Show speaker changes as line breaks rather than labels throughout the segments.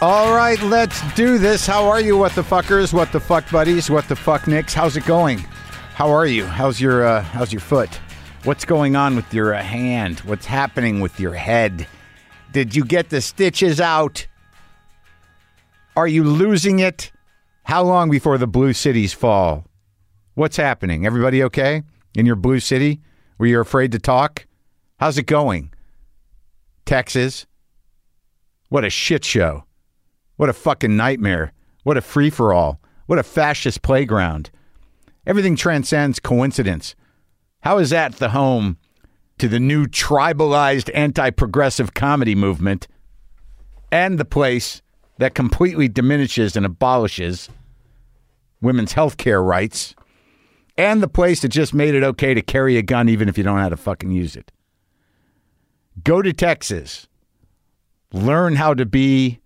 All right, let's do this. How are you, what the fuckers? What the fuck buddies? What the fuck nicks? How's it going? How are you? How's your uh, how's your foot? What's going on with your uh, hand? What's happening with your head? Did you get the stitches out? Are you losing it? How long before the blue cities fall? What's happening? Everybody okay in your blue city where you're afraid to talk? How's it going? Texas? What a shit show. What a fucking nightmare. What a free for all. What a fascist playground. Everything transcends coincidence. How is that the home to the new tribalized anti progressive comedy movement and the place that completely diminishes and abolishes women's health care rights and the place that just made it okay to carry a gun even if you don't know how to fucking use it? Go to Texas. Learn how to be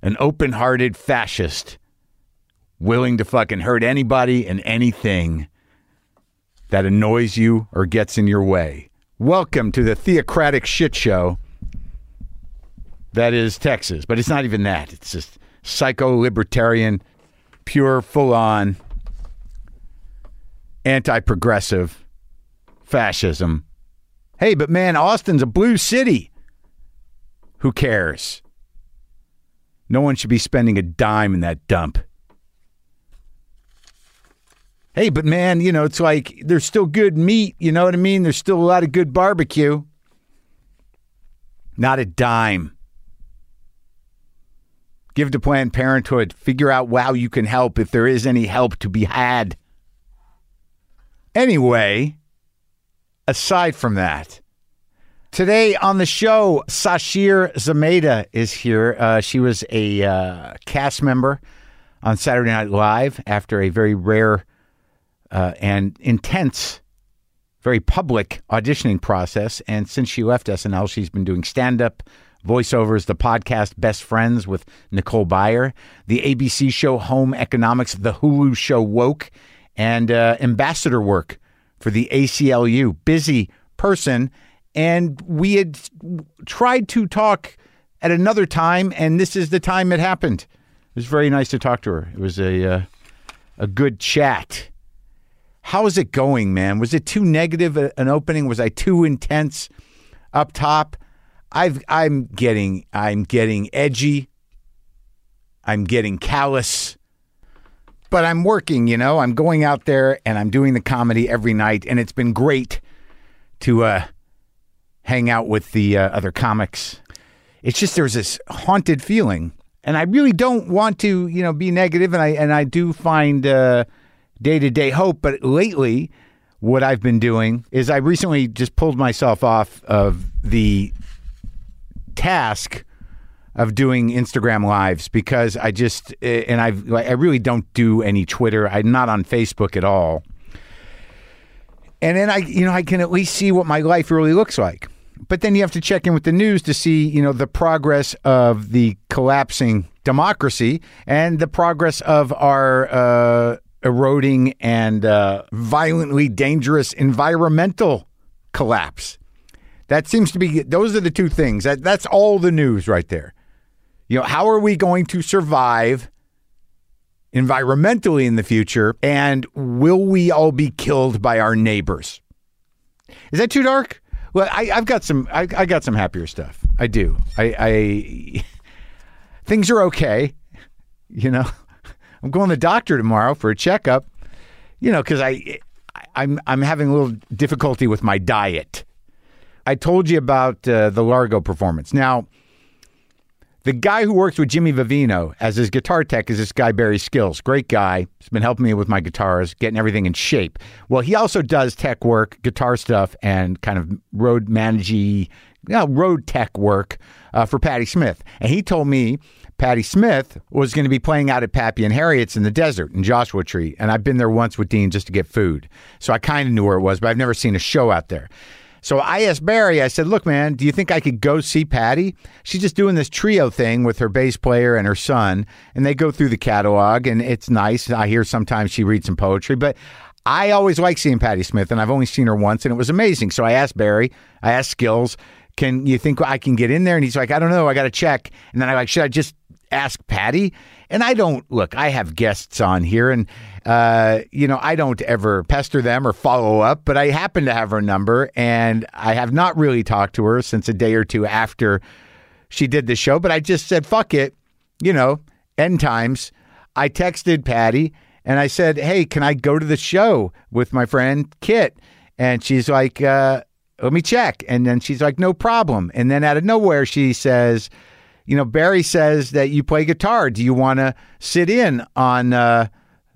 an open hearted fascist willing to fucking hurt anybody and anything that annoys you or gets in your way. Welcome to the theocratic shit show that is Texas. But it's not even that, it's just psycho libertarian, pure, full on, anti progressive fascism. Hey, but man, Austin's a blue city. Who cares? No one should be spending a dime in that dump. Hey, but man, you know, it's like there's still good meat. You know what I mean? There's still a lot of good barbecue. Not a dime. Give to Planned Parenthood. Figure out how you can help if there is any help to be had. Anyway, aside from that, Today on the show, Sashir Zameda is here. Uh, she was a uh, cast member on Saturday Night Live after a very rare uh, and intense, very public auditioning process. And since she left SNL, she's been doing stand up, voiceovers, the podcast Best Friends with Nicole Byer, the ABC show Home Economics, the Hulu show Woke, and uh, ambassador work for the ACLU. Busy person. And we had tried to talk at another time, and this is the time it happened. It was very nice to talk to her. It was a uh, a good chat. How is it going, man? Was it too negative a- an opening? Was I too intense up top? I've I'm getting I'm getting edgy. I'm getting callous. But I'm working, you know. I'm going out there and I'm doing the comedy every night and it's been great to uh hang out with the uh, other comics. It's just there's this haunted feeling, and I really don't want to, you know, be negative, and I and I do find day to day hope. But lately, what I've been doing is I recently just pulled myself off of the task of doing Instagram lives because I just eh, and I've like, I really don't do any Twitter. I'm not on Facebook at all and then I, you know, I can at least see what my life really looks like. But then you have to check in with the news to see, you know, the progress of the collapsing democracy and the progress of our uh, eroding and uh, violently dangerous environmental collapse. That seems to be those are the two things. That that's all the news right there. You know, how are we going to survive environmentally in the future? And will we all be killed by our neighbors? Is that too dark? Well, I, I've got some. I, I got some happier stuff. I do. I, I things are okay. You know, I'm going to the doctor tomorrow for a checkup. You know, because I, I, I'm I'm having a little difficulty with my diet. I told you about uh, the Largo performance. Now, the guy who works with Jimmy Vivino as his guitar tech is this guy Barry Skills. Great guy. He's been helping me with my guitars, getting everything in shape. Well, he also does tech work, guitar stuff, and kind of road managey, yeah, road tech work uh, for Patty Smith. And he told me Patty Smith was going to be playing out at Pappy and Harriet's in the desert in Joshua Tree. And I've been there once with Dean just to get food, so I kind of knew where it was, but I've never seen a show out there. So I asked Barry, I said, Look, man, do you think I could go see Patty? She's just doing this trio thing with her bass player and her son, and they go through the catalog, and it's nice. I hear sometimes she reads some poetry, but I always like seeing Patty Smith, and I've only seen her once, and it was amazing. So I asked Barry, I asked Skills, Can you think I can get in there? And he's like, I don't know, I got to check. And then I like, Should I just Ask Patty. And I don't look, I have guests on here and, uh, you know, I don't ever pester them or follow up, but I happen to have her number and I have not really talked to her since a day or two after she did the show, but I just said, fuck it, you know, end times. I texted Patty and I said, hey, can I go to the show with my friend Kit? And she's like, uh, let me check. And then she's like, no problem. And then out of nowhere, she says, you know, Barry says that you play guitar. Do you want to sit in on uh,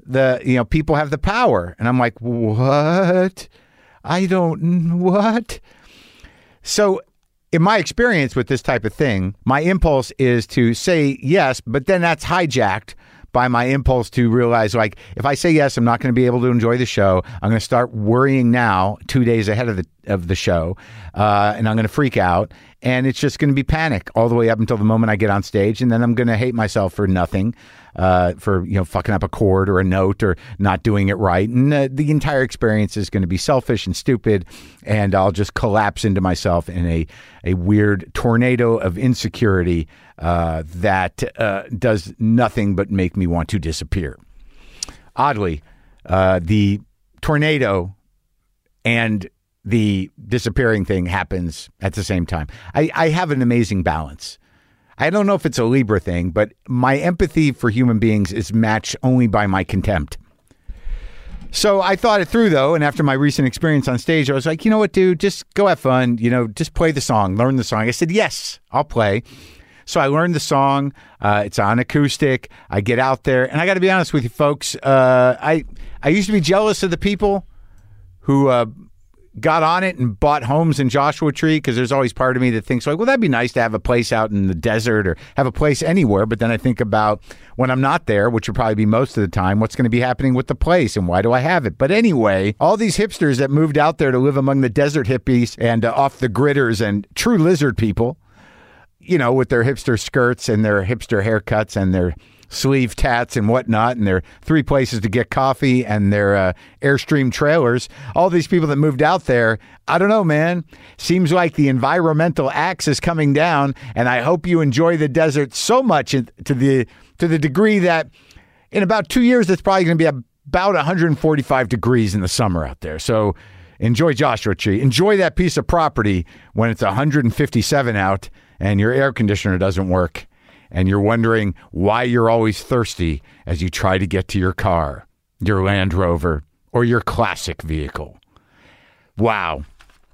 the, you know, people have the power? And I'm like, what? I don't, what? So, in my experience with this type of thing, my impulse is to say yes, but then that's hijacked by my impulse to realize, like, if I say yes, I'm not going to be able to enjoy the show. I'm going to start worrying now, two days ahead of the of the show, uh, and I'm going to freak out, and it's just going to be panic all the way up until the moment I get on stage, and then I'm going to hate myself for nothing, uh, for you know fucking up a chord or a note or not doing it right, and uh, the entire experience is going to be selfish and stupid, and I'll just collapse into myself in a a weird tornado of insecurity uh, that uh, does nothing but make me want to disappear. Oddly, uh, the tornado and the disappearing thing happens at the same time. I, I have an amazing balance. I don't know if it's a Libra thing, but my empathy for human beings is matched only by my contempt. So I thought it through though, and after my recent experience on stage, I was like, you know what, dude, just go have fun. You know, just play the song, learn the song. I said, yes, I'll play. So I learned the song. Uh, it's on acoustic. I get out there, and I got to be honest with you, folks. Uh, I I used to be jealous of the people who uh, got on it and bought homes in Joshua Tree because there's always part of me that thinks like, well, that'd be nice to have a place out in the desert or have a place anywhere. But then I think about when I'm not there, which would probably be most of the time, what's going to be happening with the place and why do I have it? But anyway, all these hipsters that moved out there to live among the desert hippies and uh, off the gridders and true lizard people you know, with their hipster skirts and their hipster haircuts and their sleeve tats and whatnot, and their three places to get coffee and their uh, Airstream trailers. All these people that moved out there, I don't know, man. Seems like the environmental axe is coming down, and I hope you enjoy the desert so much in- to the to the degree that in about two years it's probably going to be about 145 degrees in the summer out there. So. Enjoy Joshua Tree. Enjoy that piece of property when it's 157 out and your air conditioner doesn't work and you're wondering why you're always thirsty as you try to get to your car, your Land Rover, or your classic vehicle. Wow.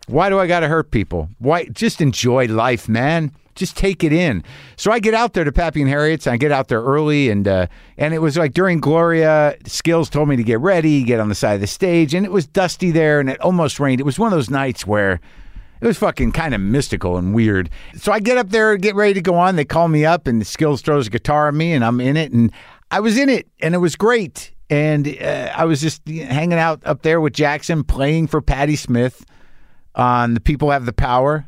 Why do I got to hurt people? Why just enjoy life, man? Just take it in. So I get out there to Pappy and Harriet's, and I get out there early, and uh, and it was like during Gloria, Skills told me to get ready, get on the side of the stage, and it was dusty there, and it almost rained. It was one of those nights where it was fucking kind of mystical and weird. So I get up there, get ready to go on. They call me up, and Skills throws a guitar at me, and I'm in it, and I was in it, and it was great. And uh, I was just hanging out up there with Jackson, playing for Patti Smith on "The People Have the Power,"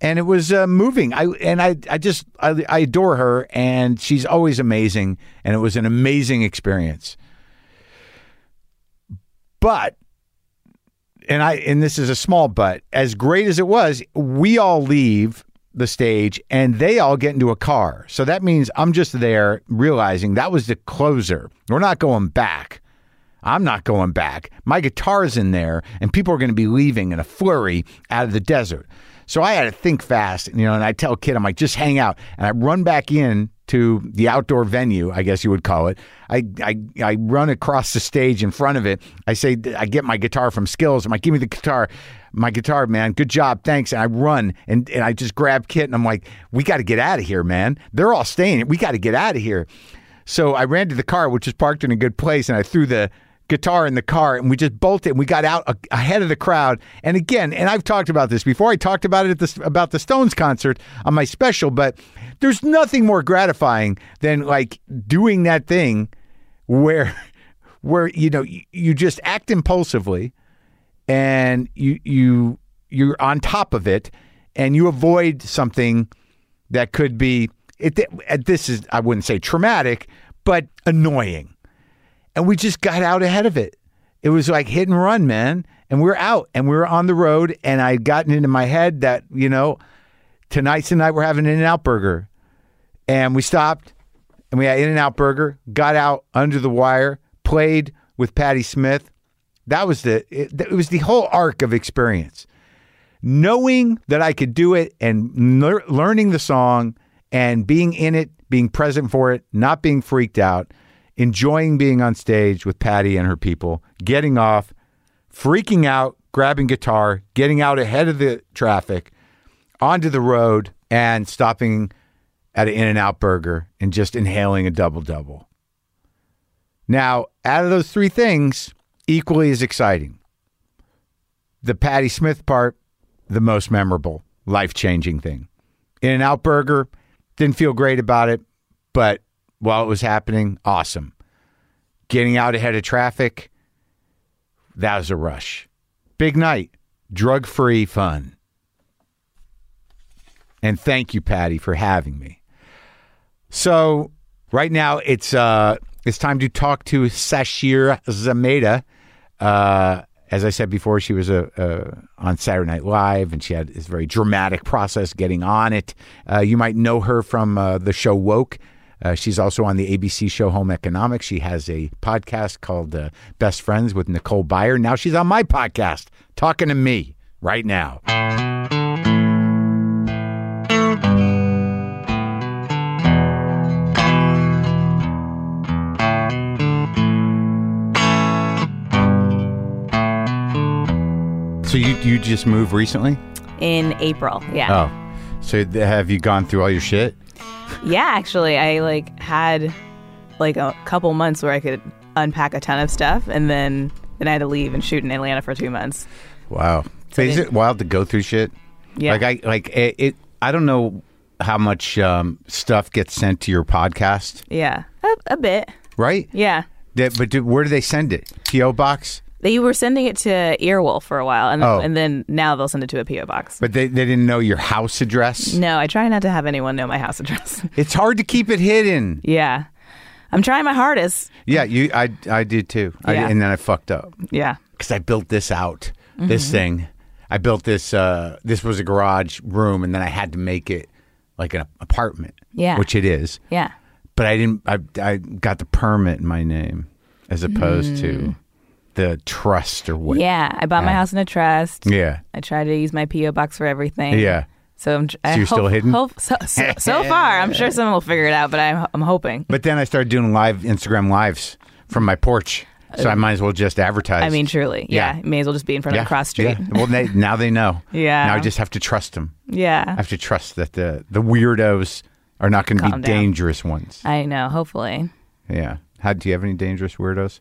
and it was uh, moving. I and I, I just I, I adore her, and she's always amazing, and it was an amazing experience. But and I and this is a small but as great as it was, we all leave the stage and they all get into a car. So that means I'm just there realizing that was the closer. We're not going back. I'm not going back. My guitar's in there and people are going to be leaving in a flurry out of the desert. So I had to think fast, you know, and I tell Kid, I'm like, just hang out. And I run back in to the outdoor venue, I guess you would call it. I, I, I run across the stage in front of it. I say, I get my guitar from Skills. I'm like, give me the guitar. My guitar, man. Good job. Thanks. And I run and, and I just grab Kit and I'm like, we got to get out of here, man. They're all staying. We got to get out of here. So I ran to the car, which is parked in a good place, and I threw the guitar in the car and we just bolted and we got out a- ahead of the crowd and again and I've talked about this before I talked about it at the, about the Stones concert on my special but there's nothing more gratifying than like doing that thing where where you know you, you just act impulsively and you you you're on top of it and you avoid something that could be it, it this is I wouldn't say traumatic but annoying and we just got out ahead of it. It was like hit and run, man. And we were out and we were on the road. And I'd gotten into my head that, you know, tonight's the night we're having an In N Out burger. And we stopped and we had In and Out Burger, got out under the wire, played with Patty Smith. That was the it, it was the whole arc of experience. Knowing that I could do it and lear- learning the song and being in it, being present for it, not being freaked out, enjoying being on stage with Patty and her people, getting off, freaking out, grabbing guitar, getting out ahead of the traffic, onto the road, and stopping at an In N Out burger and just inhaling a double double. Now, out of those three things, equally as exciting the Patty Smith part, the most memorable, life changing thing. In N Out burger, didn't feel great about it, but while it was happening, awesome. Getting out ahead of traffic, that was a rush. Big night, drug free fun. And thank you, Patty, for having me. So right now it's uh, it's time to talk to Sashir Zameda. Uh, as I said before, she was uh, uh, on Saturday Night Live, and she had this very dramatic process getting on it. Uh, you might know her from uh, the show Woke. Uh, she's also on the ABC show Home Economics. She has a podcast called uh, Best Friends with Nicole Byer. Now she's on my podcast talking to me right now. So you you just moved recently?
in April. Yeah.
Oh, so th- have you gone through all your shit? Oh.
Yeah, actually, I like had like a couple months where I could unpack a ton of stuff and then then I had to leave and shoot in Atlanta for 2 months.
Wow. is it wild to go through shit?
Yeah.
Like I like it. it I don't know how much um, stuff gets sent to your podcast,
Yeah. A, a bit.
right?
Yeah.
That- but do, where do they send it? PO box.
They were sending it to Earwolf for a while and
Oh.
and then now they'll send it to a PO box.
But they, they didn't know your house address.
No, I try not to have anyone know my house address.
It's hard to keep it hidden.
yeah. I'm trying my hardest.
Yeah, you. I I did too. I,
Yeah.
and then I fucked up.
Yeah.
because I built this out,
Mm-hmm.
this thing. I built this. Uh, this was a garage room, and then I had to make it like an apartment.
Yeah.
which it is.
Yeah.
But I didn't. I, I got the permit in my name as opposed to the trust or what.
Hmm. Yeah, I bought my house in a trust.
yeah,
I tried to use my PO box for everything.
yeah.
So I'm. tr- I
So you're
hope-
still hidden?
hope- so, so, so far, I'm sure someone will figure it out, but I'm I'm hoping.
But then I started doing live Instagram lives from my porch, so I might as well just advertise.
Uh, I mean, truly, yeah.
Yeah.
May as well just be in front of a cross street.
yeah. Well, they, now they know.
Yeah.
Now I just have to trust them. I
Yeah,
have to trust that the the weirdos are not going to be
Calm down.
dangerous ones.
I know. Hopefully,
Yeah. How do you have any dangerous weirdos?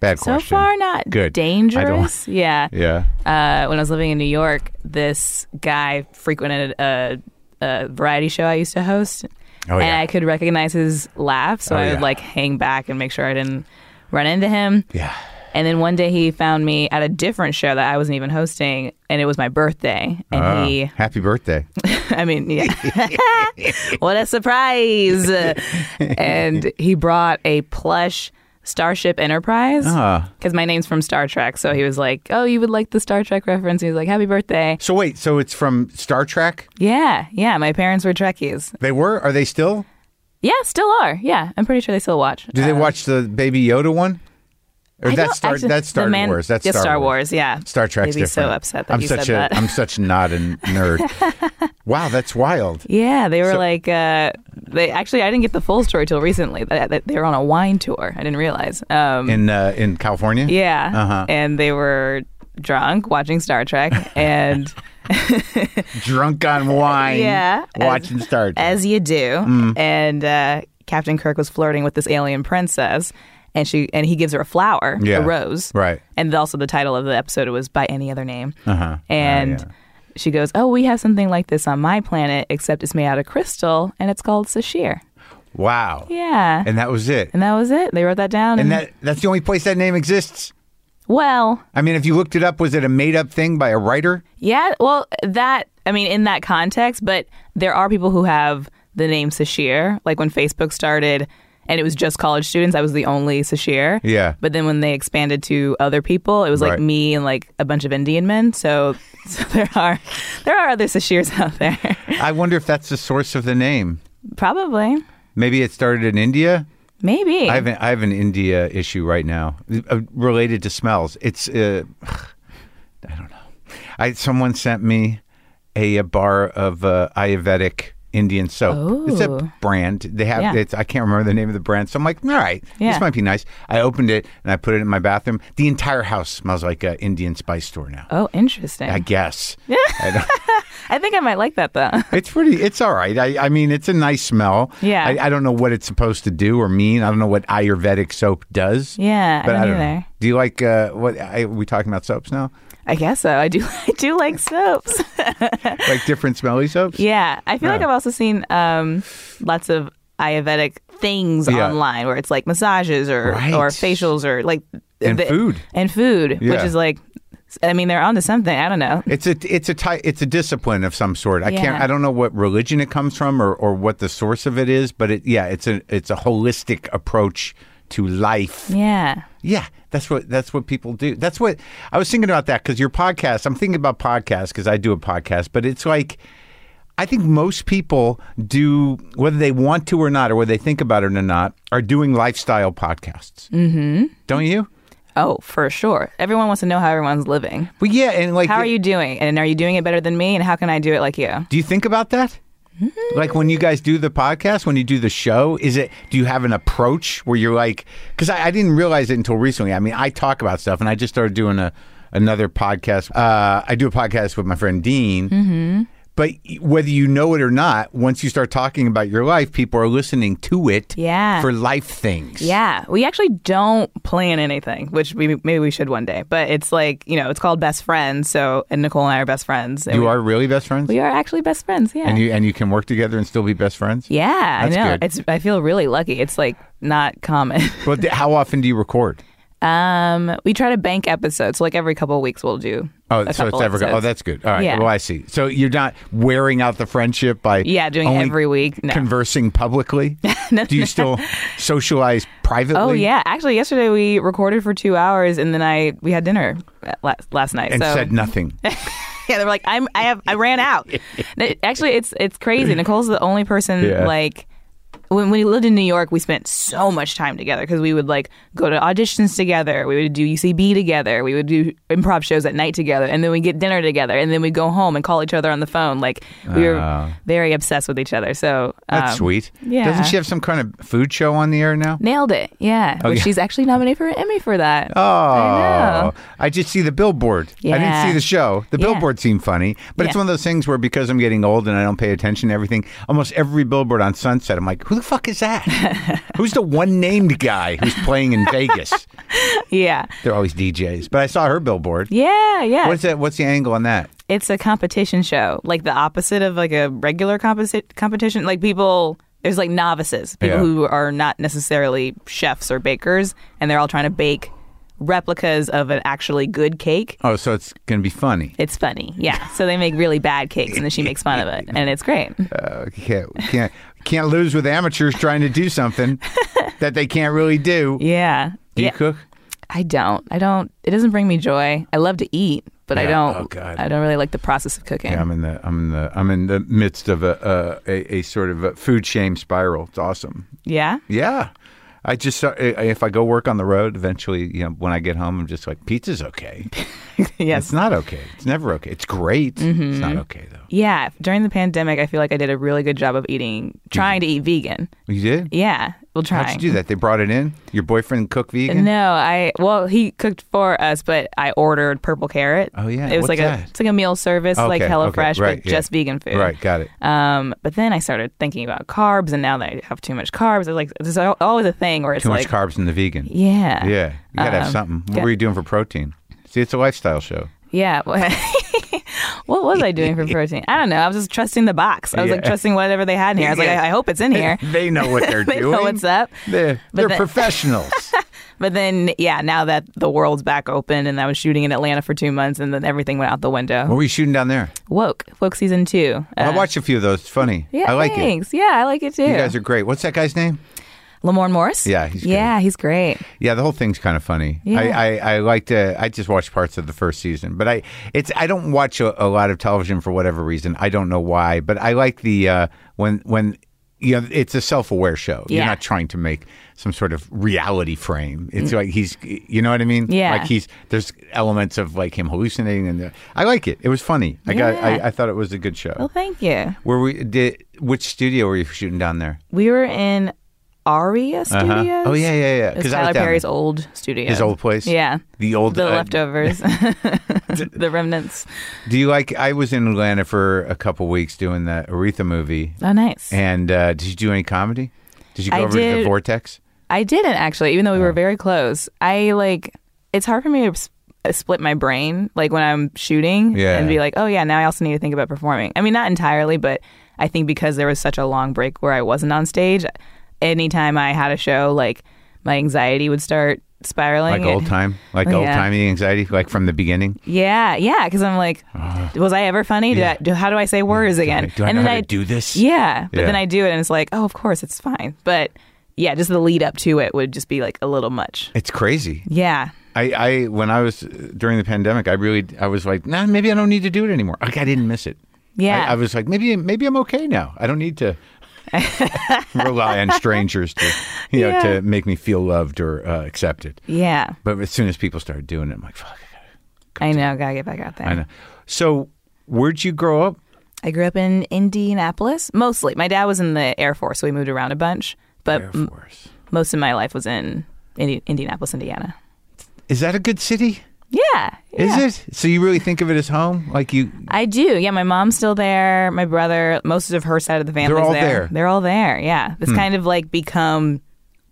Bad
so
question.
far not
Good. I don't-
dangerous. Yeah.
Yeah.
Uh, when I was living in New York, this guy frequented a, a variety show I used to host,
Oh,
and
yeah.
I could recognize his laugh, so
Oh,
I would
yeah.
like hang back and make sure I didn't run into him.
Yeah.
And then one day he found me at a different show that I wasn't even hosting, and it was my birthday. And
Oh,
he,
happy birthday.
I mean, yeah, what a surprise! and he brought a plush Starship Enterprise
Uh,
because my name's from Star Trek. So he was like, "Oh, you would like the Star Trek reference?" And he was like, "Happy birthday!"
so wait, so it's from Star Trek?
Yeah, yeah. My parents were Trekkies.
They were? Are they still?
Yeah, still are. Yeah, I'm pretty sure they still watch.
Do they watch the Baby Yoda one? Or
Uh, I
that's
don't
Star
actually-
that's
the
Star
man-
Wars. That's
yeah,
Star, Wars.
Yeah,
Star Trek's
They'd be
different.
so upset that
I'm
you
such
said
a
that.
am such not a nerd. wow, that's wild.
Yeah, they were
So-
like, uh, they actually, I didn't get the full story till recently. That that they were on a wine tour. I didn't realize. Um,
In uh, in California?
yeah,
Uh-huh.
and they were drunk watching Star Trek, and
Drunk on wine.
Yeah, as-
Watching Star Trek.
as you do,
Mm.
and uh, Captain Kirk was flirting with this alien princess, and she and he gives her a flower,
Yeah.
a rose,
Right.
and also the title of the episode was by any other name,
Uh-huh.
and.
yeah.
She goes, Oh, we have something like this on my planet, except it's made out of crystal and it's called Sashir.
Wow.
Yeah.
And that was it.
And that was it. They wrote that down.
And that that's the only place that name exists.
well,
I mean, if you looked it up, was it a made up thing by a writer?
yeah, well, that I mean, in that context, but there are people who have the name Sashir. Like when Facebook started, and it was just college students. I was the only Sashir.
Yeah.
But then when they expanded to other people, it was like
Right.
me and like a bunch of Indian men. So, so there are there are other Sashirs out there,
I wonder if that's the source of the name.
probably.
That Maybe it started in India.
Maybe.
I have an, I have an India issue right now uh, related to smells. It's uh, I don't know. I someone sent me a, a bar of uh, Ayurvedic Indian soap. It's
Oh.
a brand. They have
Yeah.
it's I can't remember the name of the brand. So I'm like, all right,
Yeah.
this might be nice. I opened it and I put it in my bathroom. The entire house smells like an Indian spice store now.
oh, interesting.
I
I,
guess. I don't-
think I might like that though.
it's pretty. It's all right. I, I mean, it's a nice smell.
Yeah.
I, I don't know what it's supposed to do or mean. I don't know what Ayurvedic soap does.
Yeah, I
But I
don't
don't know.
either.
Do you like uh, what? I, are we talking about soaps now?
I guess so. I do. I do like soaps.
Like different smelly soaps?
yeah, I feel like
Yeah.
I've also seen um, lots of Ayurvedic things
Yeah.
online where it's like massages or
Right.
or facials or like
And food.
and food, which
Yeah.
is like, I mean, they're onto something. I don't know.
It's a it's a ty- it's a discipline of some sort. I can't.
Yeah.
I don't know what religion it comes from or, or what the source of it is, but it yeah, it's a it's a holistic approach to life.
Yeah.
Yeah, that's what that's what people do. That's what I was thinking about that because your podcast. I'm thinking about podcasts because I do a podcast, but it's like I think most people do whether they want to or not, or whether they think about it or not, are doing lifestyle podcasts. Mm-hmm. Don't you?
Oh, for sure. Everyone wants to know how everyone's living.
Well, yeah, and like,
How are you doing? And are you doing it better than me? And how can I do it like you?
do you think about that?
Mm-hmm.
Like when you guys do the podcast, when you do the show, is it do you have an approach where you're like? Because I, I didn't realize it until recently. I mean, I talk about stuff, and I just started doing a another podcast. Uh, I do a podcast with my friend Dean. Mm-hmm. But whether you know it or not, once you start talking about your life, people are listening to it.
Yeah.
for life things.
Yeah, we actually don't plan anything, which we, maybe we should one day. But it's like you know, it's called best friends. So, and Nicole and I are best friends. and
you
we,
are really best friends,
We are actually best friends. Yeah.
and you and you can work together and still be best friends.
yeah,
That's
I know.
good.
It's. I feel really lucky. It's like not common.
But th- how often do you record?
um, we try to bank episodes. So like every couple of weeks, we'll do.
Oh,
a
so it's
couple
ever. Oh,
episodes.
that's good. All right.
Yeah.
Well, I see. So you're not wearing out the friendship by
Yeah, doing
only
every week. No.
conversing publicly. Do you still socialize privately?
Oh yeah, actually, yesterday we recorded for two hours, and then I we had dinner at last last night.
And
so
said nothing.
yeah, they were like, I'm I have I ran out. No, actually, it's it's crazy. Nicole's the only person
Yeah.
like. When we lived in New York, we spent so much time together because we would like go to auditions together. We would do UCB together. We would do improv shows at night together, and then we get dinner together, and then we go home and call each other on the phone. Like we were very obsessed with each other. So
Ah. That's
um,
sweet.
yeah.
Doesn't she have some kind of food show on the air now?
Nailed it, yeah. Well,
yeah.
She's actually nominated for an Emmy for that.
Oh,
I know.
just see the billboard. I didn't
Yeah.
see the show. The
Yeah.
billboard seemed funny, but it's
Yeah.
one of those things where because I'm getting old and I don't pay attention to everything, almost every billboard on Sunset, I'm like, who the fuck is that? Who's the one named guy who's playing in Vegas?
Yeah,
They're always DJs. But I saw her billboard.
yeah, yeah.
What's that? What's the angle on that?
it's a competition show, like the opposite of like a regular composi- competition. Like people, there's like novices, people
Yeah.
who are not necessarily chefs or bakers, and they're all trying to bake replicas of an actually good cake.
Oh, so it's gonna be funny.
It's funny, yeah. So they make really bad cakes, and then she makes fun of it, and it's great.
Uh, you can't you can't you can't lose with amateurs trying to do something that they can't really do.
Yeah,
Do you
yeah.
cook?
I don't, I don't. It doesn't bring me joy. I love to eat, but I
Yeah.
don't.
Oh, God.
I don't really like the process of cooking.
Yeah, I'm in the I'm in the I'm in the midst of a a, a, a sort of a food shame spiral. It's awesome.
yeah?
Yeah. I just saw- I- if I go work on the road, eventually, you know, when I get home, I'm just like, pizza's okay.
yes.
It's not okay. It's never okay. It's great. It's
Mm-hmm.
not okay though.
Yeah, during the pandemic, I feel like I did a really good job of eating,
Mm-hmm.
trying to eat vegan.
You did?
Yeah, well, trying.
How'd you do that? They brought it in. Your boyfriend cook vegan.
No, I well, he cooked for us, but I ordered purple carrot.
Oh, yeah.
it
What's
was like a
that?
it's like a meal service, like
Okay,
HelloFresh,
okay, right,
but
yeah.
just vegan food.
Right, got it.
Um, but then I started thinking about carbs, and now that I have too much carbs, I like there's al- always a thing where it's
Too
like,
much carbs in the vegan.
yeah,
Yeah, you gotta have
Um,
something. What
got-
were you doing for protein? See, it's a lifestyle show.
yeah. what was I doing for protein? I don't know. I was just trusting the box. I was like
Yeah.
trusting whatever they had in here. I was like,
Yeah.
I, I hope it's in here.
They know what they're
they know what's up.
They're, they're
But the-
professionals.
But then, yeah, now that the world's back open and I was shooting in Atlanta for two months and then everything went out the
what
window.
were you shooting down there?
Woke, Woke season two.
I watched a few of those. It's funny.
Uh, Yeah,
I like it.
thanks. Yeah, I like it too.
You guys are great. What's that guy's name?
Lamorne Morris.
Yeah, he's
yeah, he's great.
Yeah, the whole thing's kind of funny.
Yeah.
I, I, I like to. I just watched parts of the first season, but I it's I don't watch a, a lot of television for whatever reason. I don't know why, but I like the uh, when when you know, it's a self-aware show. You're
Yeah.
not trying to make some sort of reality frame. It's like he's, you know what I mean?
Mm. Yeah.
Like he's there's elements of like him hallucinating, and the, I like it. It was funny. I got.
Yeah. Oh.
I, I thought it was a good show.
Well, thank you.
Where we did? Which studio were you shooting down there?
We were in Aria Studios.
Oh yeah, yeah, yeah.
It's
I was
Tyler
down
Perry's
there.
old studio.
his old place.
Yeah.
The old
The
uh,
leftovers, the remnants.
Do you like? I was in Atlanta for a couple weeks doing the Aretha movie.
Oh, nice.
And uh, did you do any comedy? Did you go
I
over to the
did-
Vortex?
I didn't actually, even though we
Oh.
were very close. I like it's hard for me to s- uh, split my brain like when I'm shooting
Yeah.
and be like, oh yeah, now I also need to think about performing. I mean, not entirely, but I think because there was such a long break where I wasn't on stage, anytime I had a show, like my anxiety would start spiraling.
Like old time, like
Yeah.
old timey anxiety, like from the beginning.
Yeah, yeah, because I'm like, was I ever funny? Did I, do, how do I say words again?
Uh, Do I
and
know
then
how
I
to do this?
Yeah, but
Yeah.
then I do it, and it's like, oh, of course, it's fine. But yeah, just the lead up to it would just be like a little much.
It's crazy.
Yeah,
I, I when I was uh, during the pandemic, I really I was like, nah, maybe I don't need to do it anymore. Like I didn't miss it.
Yeah.
I, I was like, maybe maybe I'm okay now. I don't need to rely on strangers to you know
Yeah.
to make me feel loved or uh, accepted.
yeah.
But as soon as people started doing it, I'm like, fuck. I gotta-
I know. Gotta get back out there.
I know. So where'd you grow up?
I grew up in Indianapolis mostly. My dad was in the Air Force, so we moved around a bunch. But
Air
m-
Force.
most of my life was in Indi- Indianapolis, Indiana.
Is that a good city?
Yeah, yeah.
Is it? So you really think of it as home? Like you?
I do. Yeah, my mom's still there. My brother, most of her side of the family's
all there. Hmm.
there. They're all there. Yeah, it's kind of like become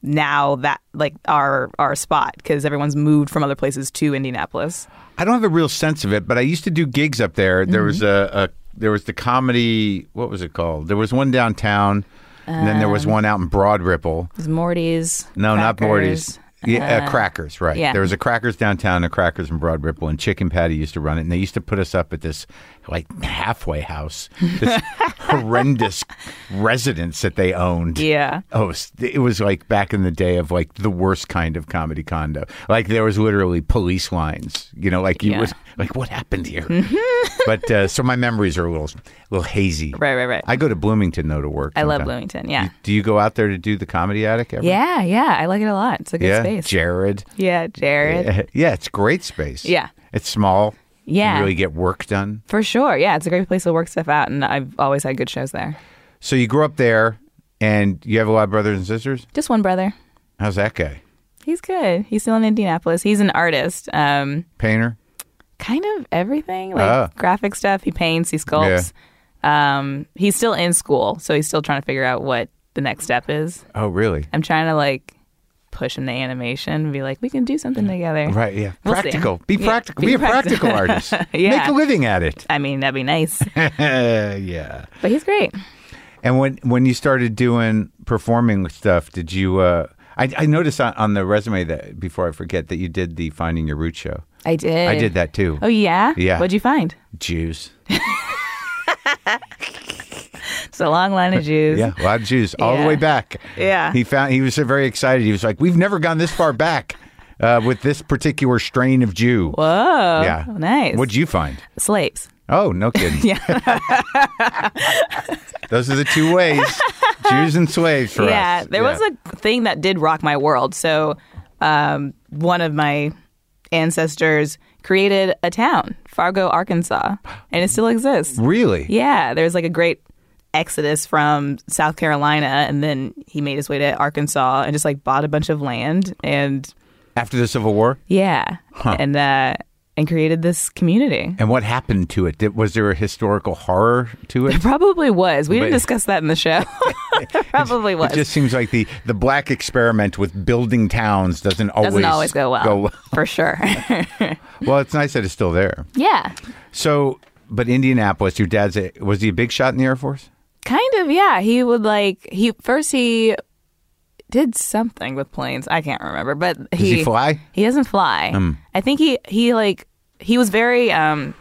now that like our our spot because everyone's moved from other places to Indianapolis.
I don't have a real sense of it, but I used to do gigs up there. There was a, a there was the comedy. What was it called? There was one downtown, and then there was one out in Broad Ripple.
There's Morty's.
No, not Morty's.
Crackers.
Yeah, uh, Crackers, right?
yeah.
There was a Crackers downtown, a Crackers in Broad Ripple, and Chicken Patty used to run it. And they used to put us up at this like halfway house, this horrendous residence that they owned.
Yeah.
Oh, it was- it was like back in the day of like the worst kind of comedy condo. Like there was literally police lines. You know, like you
Yeah. Mm-hmm.
would like what happened here. but uh, so my memories are a little, a little hazy.
Right, right, right.
I go to Bloomington though to work.
I love
sometimes.
Bloomington. Yeah.
Do you go out there to do the comedy attic ever?
Yeah, yeah. I like it a lot. It's a good
Yeah,
space.
Jared.
yeah, Jared.
Uh, Yeah, it's great space.
Yeah.
it's small.
Yeah.
you really get work done.
For sure. Yeah, it's a great place to work stuff out, and I've always had good shows there.
So you grew up there, and you have a lot of brothers and sisters.
Just one brother.
How's that guy?
He's good. He's still in Indianapolis. He's an artist. Um,
Painter.
kind of everything, like
Ah.
graphic stuff. He paints, he sculpts. Um, he's still in school, so he's still trying to figure out what the next step is.
Oh, really?
I'm trying to like push him to animation and be like, we can do something together.
Right, yeah.
We'll see.
practical. Be
Yeah,
practical.
be
Be, a
practi-
practical artist.
Yeah.
Make a living at it.
I mean, that'd be nice.
yeah.
but he's great.
And when when you started doing performing stuff, did you uh I, I noticed on, on the resume that before I forget that you did the Finding Your Root show.
I did.
I did that too.
Oh yeah.
Yeah.
What'd you find?
Jews.
It's a long line of Jews.
Yeah, a lot of Jews all the
Yeah.
way back.
Yeah.
He found he was very excited. He was like, "We've never gone this far back uh, with this particular strain of Jew."
Whoa. Oh,
yeah.
Nice.
What'd you find?
Slaves.
Oh, no kidding. yeah. Those are the two ways Jews and slaves for
yeah,
us.
there was a thing that did rock my world. So, um, one of my ancestors created a town, Fargo, Arkansas, and it still exists.
Really?
Yeah, there's like a great exodus from South Carolina, and then he made his way to Arkansas and just like bought a bunch of land and
After the Civil War?
yeah, and uh, and created this community.
And what happened to it? Did, was there a historical horror to it?
Probably was. We didn't
But-
discuss that in the show. Probably was.
It just seems like the, the black experiment with building towns doesn't always,
Doesn't always go well,
go well.
for sure.
Well, it's nice that it's still there.
yeah.
So, but Indianapolis, your dad's a, was he a big shot in the Air Force?
Kind of, yeah. He would like he first he did something with planes. I can't remember, but
Does he, fly? Hmm.
He doesn't fly. I think he he like he was very um.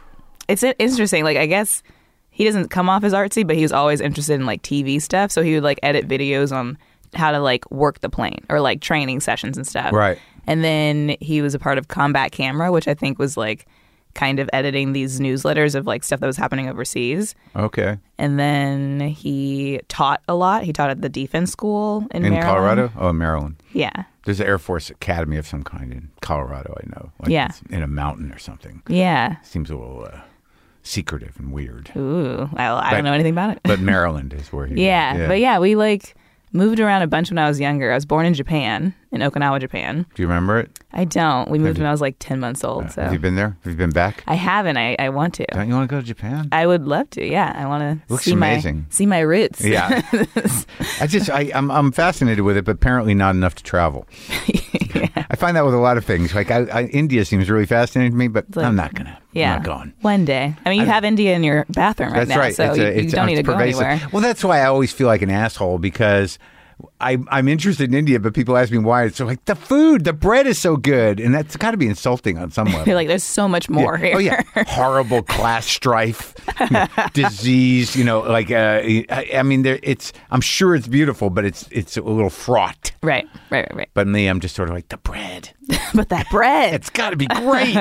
It's i- interesting. Like I guess he doesn't come off as artsy, but he was always interested in like TV stuff. So he would like edit videos on how to like work the plane or like training sessions and stuff.
Right.
And then he was a part of Combat Camera, which I think was like kind of editing these newsletters of like stuff that was happening overseas.
Okay.
And then he taught a lot. He taught at the defense school in,
In
Maryland.
Colorado? Oh, in Maryland.
Yeah.
There's an Air Force Academy of some kind in Colorado, I know. Like
Yeah.
it's in a mountain or something.
Yeah.
Seems a little uh, secretive and weird.
Ooh. I, I
But-
don't know anything about it.
But Maryland is where he
yeah. But yeah, we like moved around a bunch when I was younger. I was born in Japan, in Okinawa, Japan.
Do you remember it?
I don't. We moved when I was like 10 months old.
Uh, Have
So
you been there? Have you been back?
I haven't. I, I want to.
Don't you want to go to Japan?
I would love to. Yeah. I want to
Looks
see
amazing.
my see my roots.
Yeah. I just I, I'm I'm fascinated with it, but apparently not enough to travel. I find that with a lot of things. Like I, I, India seems really fascinating to me, but
like-
I'm not gonna.
Yeah.
I'm not going.
One day. I mean, you have India in your bathroom right
That's
now,
right.
so
It's
you,
a-
you
it's-
don't need to
it's pervasive.
go anywhere.
Well, that's why I always feel like an asshole because. I, I'm interested in India, but people ask me why. It's like the food, the bread is so good, and that's got to be insulting on some level.
You're like, there's so much more
Yeah.
here.
Oh yeah, horrible class strife, you know, disease. You know, like uh, I, I mean, there, it's. I'm sure it's beautiful, but it's it's a little fraught.
right, right, right, right.
But me, I'm just sort of like the bread.
But that bread.
It's got to be great.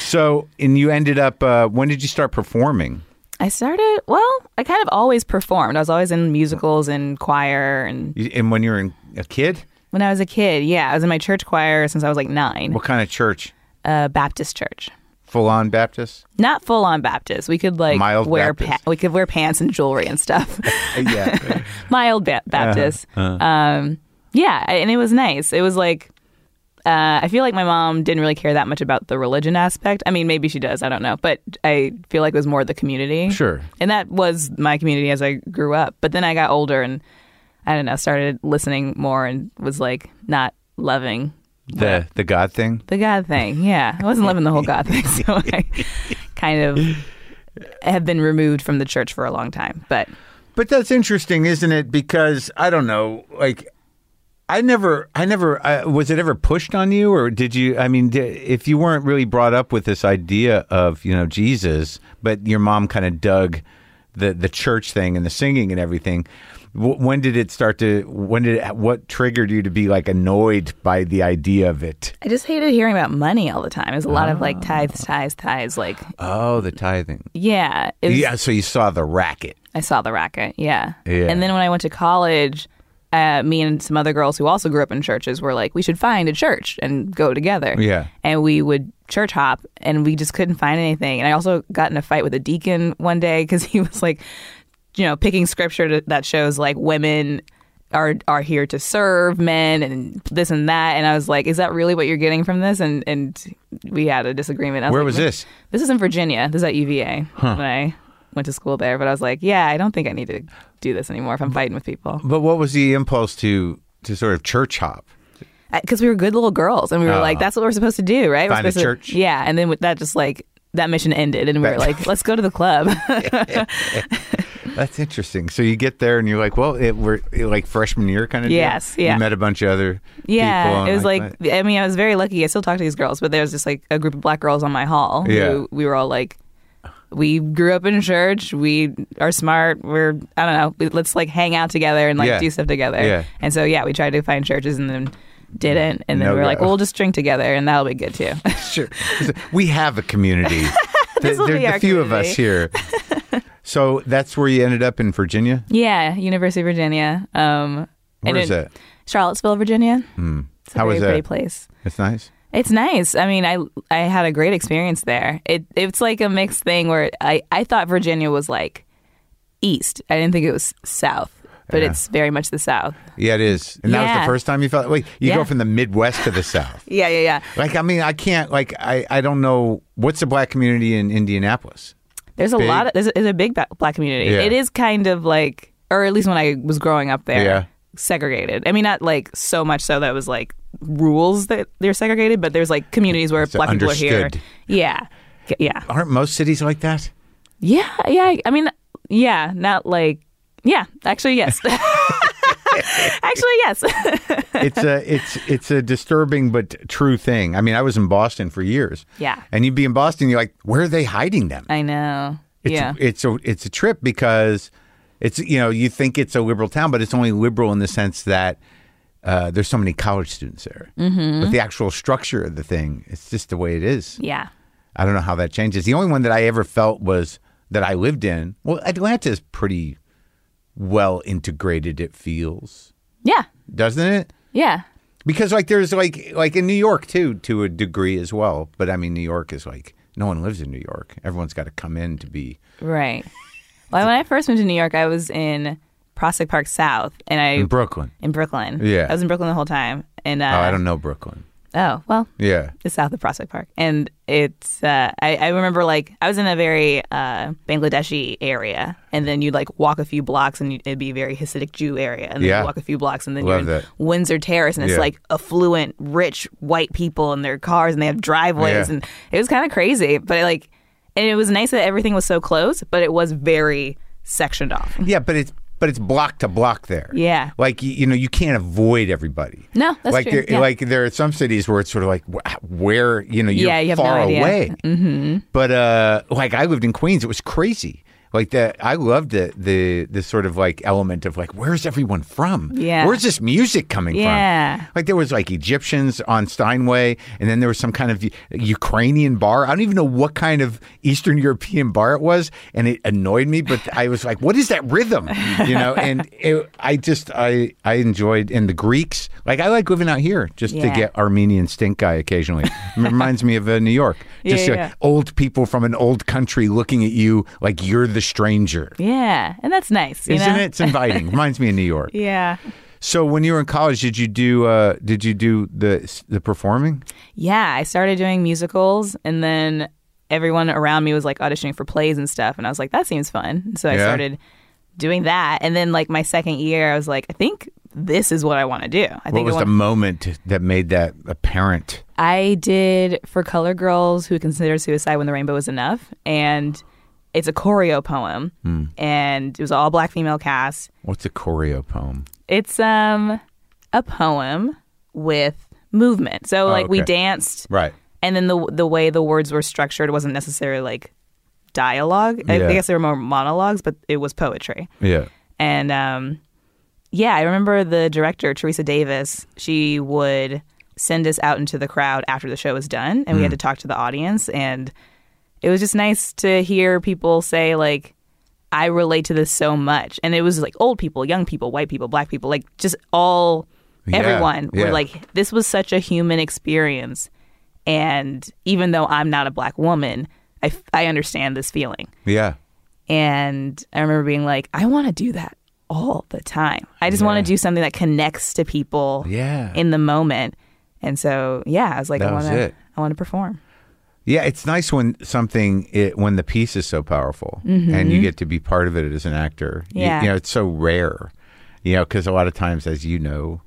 so, and you ended up. Uh, when did you start performing?
I started, well, I kind of always performed. I was always in musicals and choir. And
You- And when you were in, a kid,
when I was a kid, yeah, I was in my church choir since I was like nine,
what kind of church?
uh, Baptist church.
Full on Baptist?
Not full on Baptist. We could like
Mild
wear
Baptist.
we could wear pants and jewelry and stuff.
Uh, Yeah.
mild ba- Baptist. Um, yeah, I- and it was nice. It was like uh, I feel like my mom didn't really care that much about the religion aspect. I mean, maybe she does. I don't know, but I feel like it was more the community.
Sure.
And that was my community as I grew up. But then I got older and I don't know, started listening more and was like not loving
the the God thing.
the God thing. Yeah, I wasn't loving the whole God thing, so I kind of have been removed from the church for a long time. But
But that's interesting, isn't it? Because I don't know, like I never, I never, I, was it ever pushed on you, or did you? I mean, di if you weren't really brought up with this idea of you know Jesus, but your mom kind of dug the the church thing and the singing and everything. wh- When did it start to? When did it, what triggered you to be like annoyed by the idea of it?
I just hated hearing about money all the time. It was a lot of like tithes, tithes, tithes. Like,
Oh, the tithing.
yeah, it was-
Yeah, so you saw the racket.
I saw the racket. Yeah.
Yeah.
And then when I went to college, uh, me and some other girls who also grew up in churches were like, we should find a church and go together.
Yeah.
And we would church hop, and we just couldn't find anything. And I also got in a fight with a deacon one day because he was like, you know, picking scripture to, that shows like women. Are, are here to serve men and this and that and I was like, is that really what you're getting from this? And and we had a disagreement. I
Where
like,
was this?
this is in Virginia. This is at UVA when I went to school there. But I was like, yeah, I don't think I need to do this anymore if I'm fighting with people.
But what was the impulse to to sort of church hop?
Because we were good little girls and we were
Oh.
like, that's what we're supposed to do, right? We're
Find a
supposed to-
church.
yeah. And then with that just like, that mission ended and we were like, let's go to the club.
That's interesting. So you get there and you're like, well, it, we're it, like freshman year kind of.
Yes,
deal?
yeah.
You met a bunch of other. people
yeah.
and
It was like,
what?
I mean, I was very lucky. I still talk to these girls, but there was just like a group of black girls on my hall
Yeah.
who we were all like, we grew up in church. We are smart. We're I don't know. we- Let's like hang out together and like
Yeah.
do stuff together.
Yeah.
And so yeah, we tried to find churches and then didn't. And then
No
we were like,
go.
well, we'll just drink together and that'll be good too.
sure. We have a community.
This will
there,
be
there- the
our
few of us here. so that's where you ended up in Virginia.
yeah, University of Virginia. Um,
Where is that? Hmm.
Charlottesville, Virginia. Mm. It's a
How
very
was
pretty
that?
place.
It's nice.
It's nice. I mean, I I had a great experience there. It it's like a mixed thing where I I thought Virginia was like east. I didn't think it was south, but
Yeah.
it's very much the south.
Yeah, it is. And that was
Yeah.
the first time you felt. Wait, you go
Yeah.
from the Midwest to the South.
Yeah, yeah, yeah.
Like, I mean, I can't. Like, I I don't know what's the black community in Indianapolis.
There's a
Big?
lot of there's a, there's a big ba- black community.
Yeah.
It is kind of like or at least when I was growing up there.
Yeah.
Segregated. I mean, not like so much so that it was like rules that they're segregated, but there's like communities where black people are here.
understood.
Yeah, yeah.
Aren't most cities like that?
Yeah, yeah. I mean, yeah, not like, yeah. Actually, yes. actually, yes.
it's a it's it's a disturbing but true thing. I mean, I was in Boston for years.
Yeah.
And you'd be in Boston, you're like, where are they hiding them?
I know.
It's,
yeah.
It's a it's a trip because it's you know you think it's a liberal town, but it's only liberal in the sense that. Uh, there's so many college students there, mm-hmm. but the actual structure of the thing—it's just the way it is.
yeah.
I don't know how that changes. The only one that I ever felt was that I lived in. Well, Atlanta's pretty well integrated. It feels,
Yeah.
doesn't it?
Yeah.
Because like there's like like in New York too to a degree as well. But I mean, New York is like no one lives in New York. Everyone's got to come in to be.
Right. Well, when I first moved to New York, I was in Prospect Park South, and I in,
Brooklyn.
Brooklyn.
Yeah.
I was in Brooklyn the whole time, and uh,
Oh, I don't know Brooklyn.
oh well,
Yeah.
it's south of Prospect Park, and it's uh, I, I remember like I was in a very uh, Bangladeshi area, and then you'd like walk a few blocks, and you it'd be a very Hasidic Jew area, and then
Yeah.
you walk a few blocks, and then
Love
you're in
that.
Windsor Terrace, and it's
Yeah.
like affluent, rich white people in their cars, and they have driveways,
Yeah.
and it was kind of crazy, but like, and it was nice that everything was so close, but it was very sectioned off.
Yeah, but it's but it's block to block there.
Yeah.
like y- you know, you can't avoid everybody.
No, that's
like
true.
There,
Yeah.
Like there are some cities where it's sort of like wh- where you know you're
Yeah, you have no
far
idea.
away. Mm-hmm. But uh, like I lived in Queens, it was crazy. Like that, I loved the the the sort of like element of like where's everyone from?
Yeah.
where's this music coming
Yeah.
from? Like there was like Egyptians on Steinway, and then there was some kind of U- Ukrainian bar. I don't even know what kind of Eastern European bar it was, and it annoyed me. But I was like, "What is that rhythm?" You know. And it, I just I I enjoyed and the Greeks. Like I like living out here just to
Yeah.
get Armenian stink eye occasionally. It reminds me of uh, New York. Just
Yeah,
like
yeah.
old people from an old country looking at you like you're the stranger.
Yeah, and that's nice, you
Isn't
know?
it? It's inviting. Reminds me of New York.
Yeah.
So when you were in college, did you do uh, did you do the the performing?
Yeah, I started doing musicals, and then everyone around me was like auditioning for plays and stuff, and I was like, that seems fun. So I
Yeah.
started doing that, and then like my second year, I was like, I think this is what I want to do. I
What
think I,
was the
want-
moment that made that apparent?
I did for Color Girls Who Considered Suicide When the Rainbow Is Enough, and it's a choreo poem,
Hmm.
and it was all black female cast.
What's a choreo poem?
It's um a poem with movement, so like we
okay.
danced
Right.
and then the the way the words were structured wasn't necessarily like dialogue. I,
Yeah.
I guess they were more monologues, but it was poetry.
Yeah.
And um, yeah, I remember the director Teresa Davis. She would send us out into the crowd after the show was done, and we
Hmm.
had to talk to the audience. And it was just nice to hear people say like. I relate to this so much. And it was like old people, young people, white people, black people, like just all
Yeah,
everyone
yeah.
were like, this was such a human experience. And even though I'm not a black woman, I, f- I understand this feeling.
Yeah.
And I remember being like, I want to do that all the time. I just want to do something that connects to people
Yeah.
in the moment. And so, yeah, I was like,
That
I
was
want to,
it.
I want to perform.
Yeah, it's nice when something it, when the piece is so powerful and you get to be part of it as an actor. You-
Mm-hmm. Yeah.
you, know it's so rare. You know, because a lot of times, as you know,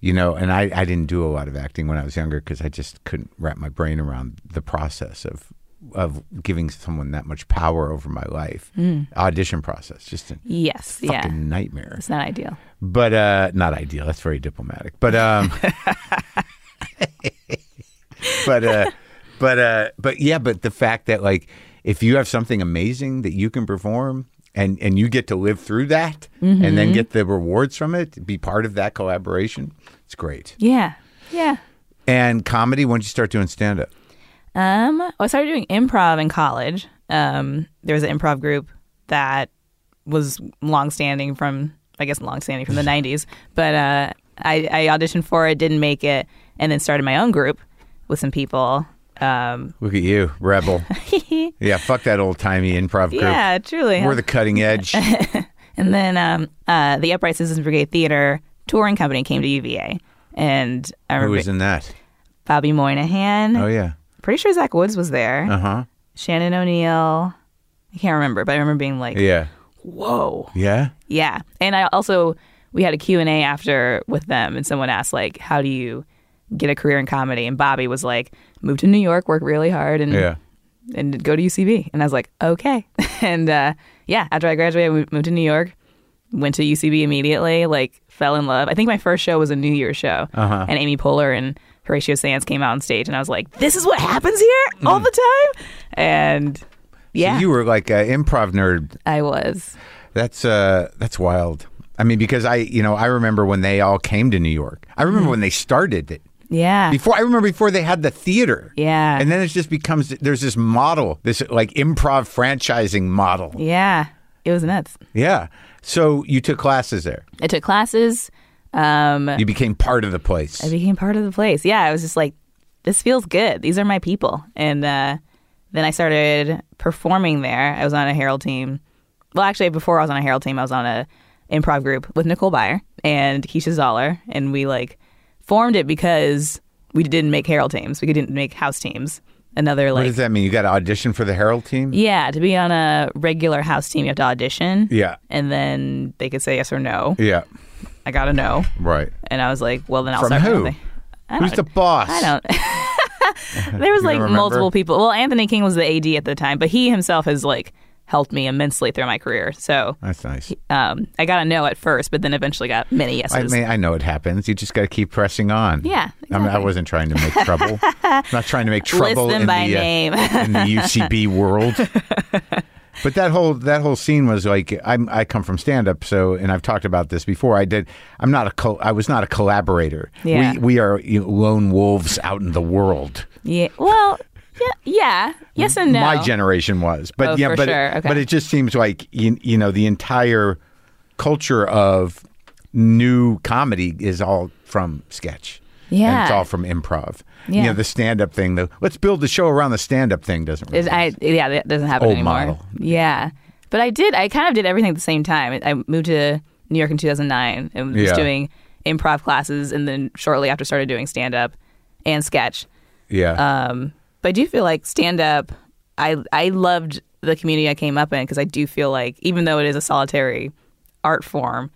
you know, and I I didn't do a lot of acting when I was younger because I just couldn't wrap my brain around the process of of giving someone that much power over my life. Audition process just a
Yes.
fucking
Mm. Yeah.
nightmare.
It's not ideal.
But uh not ideal. That's very diplomatic. But um But uh but uh but yeah, but the fact that like if you have something amazing that you can perform and and you get to live through that and
Mm-hmm.
then get the rewards from it, be part of that collaboration, it's great.
Yeah. Yeah.
And comedy, when did you start doing stand up?
Um, well, I started doing improv in college. Um, there was an improv group that was longstanding from, I guess, longstanding from the '90s. But uh, I, I auditioned for it, didn't make it, and then started my own group with some people. Um,
Look at you, rebel. yeah, fuck that old timey improv group.
yeah, truly.
We're the cutting edge.
And then um, uh, the Upright Citizens Brigade Theater touring company came to UVA, and I
Who
remember
was in that?
Bobby Moynihan.
Oh yeah.
Pretty sure Zach Woods was there.
Uh huh.
Shannon O'Neill. I can't remember, but I remember being like,
Yeah.
"Whoa."
Yeah.
Yeah. And I also we had a Q&A after with them and someone asked like how do you get a career in comedy and Bobby was like move to New York, work really hard and
Yeah.
and go to UCB. And I was like, "Okay." and uh, yeah, after I graduated, we moved to New York, went to UCB immediately, like fell in love. I think my first show was a New Year's show.
Uh-huh.
And Amy Poehler and Horatio Sands came out on stage and I was like, "This is what happens here all the time." And yeah,
So you were like an improv nerd.
I was.
That's uh, that's
Mm-hmm.
wild. I mean, because I, you know, I remember when they all came to New York. I remember when they started it.
Yeah.
Before I remember before they had the theater.
Uh. Yeah.
And then it just becomes there's this model, this like improv franchising model.
yeah. It was nuts.
Yeah. So you took classes there.
I took classes. Um,
You became part of the place.
I became part of the place. Yeah, I was just like, this feels good. These are my people. And uh, then I started performing there. I was on a Herald team. Well, actually, before I was on a Herald team, I was on a improv group with Nicole Byer and Keisha Zoller, and we like formed it because we didn't make Herald teams. We didn't make house teams. Another
what
like,
does that mean? You got to audition for the Herald team?
yeah, to be on a regular house team, you have to audition.
Yeah.
and then they could say yes or no.
Yeah.
I got to know.
Right.
And I was like, well, then I'll
From
start
who?
something. I
Who's
don't-
the boss?
I don't. there was like
remember?
multiple people. Well, Anthony King was the AD at the time, but he himself has like helped me immensely through my career. So
That's nice.
um, I got a no at first, but then eventually got many
I
yeses.
mean, I know it happens. You just got to keep pressing on.
Yeah,
I, mean, I wasn't trying to make trouble. I'm not trying to make
List
trouble
them
in
by
the uh,
name.
in the UCB world. But that whole that whole scene was like I'm, I come from stand up, so and I've talked about this before. I did. I'm not a col- I was not a collaborator.
Yeah.
We we are you know, lone wolves out in the world.
yeah. Well. Yeah. Yeah. Yes and no.
My generation was, but
Oh,
yeah,
for
but
sure. Okay.
but it just seems like you, you know the entire culture of new comedy is all from sketch. and
Yeah.
it's all from improv. You
Yeah.
know the stand up thing. The let's build the show around the stand up thing doesn't. Really
Is- I, yeah, that doesn't happen
Old
anymore.
model.
Yeah. But I did, I kind of did everything at the same time. I moved to New York in 2009 and was
Yeah.
doing improv classes and then shortly after started doing stand up and sketch.
yeah.
Um, but I do feel like stand up, I, I loved the community I came up in because I do feel like, even though it is a solitary art form,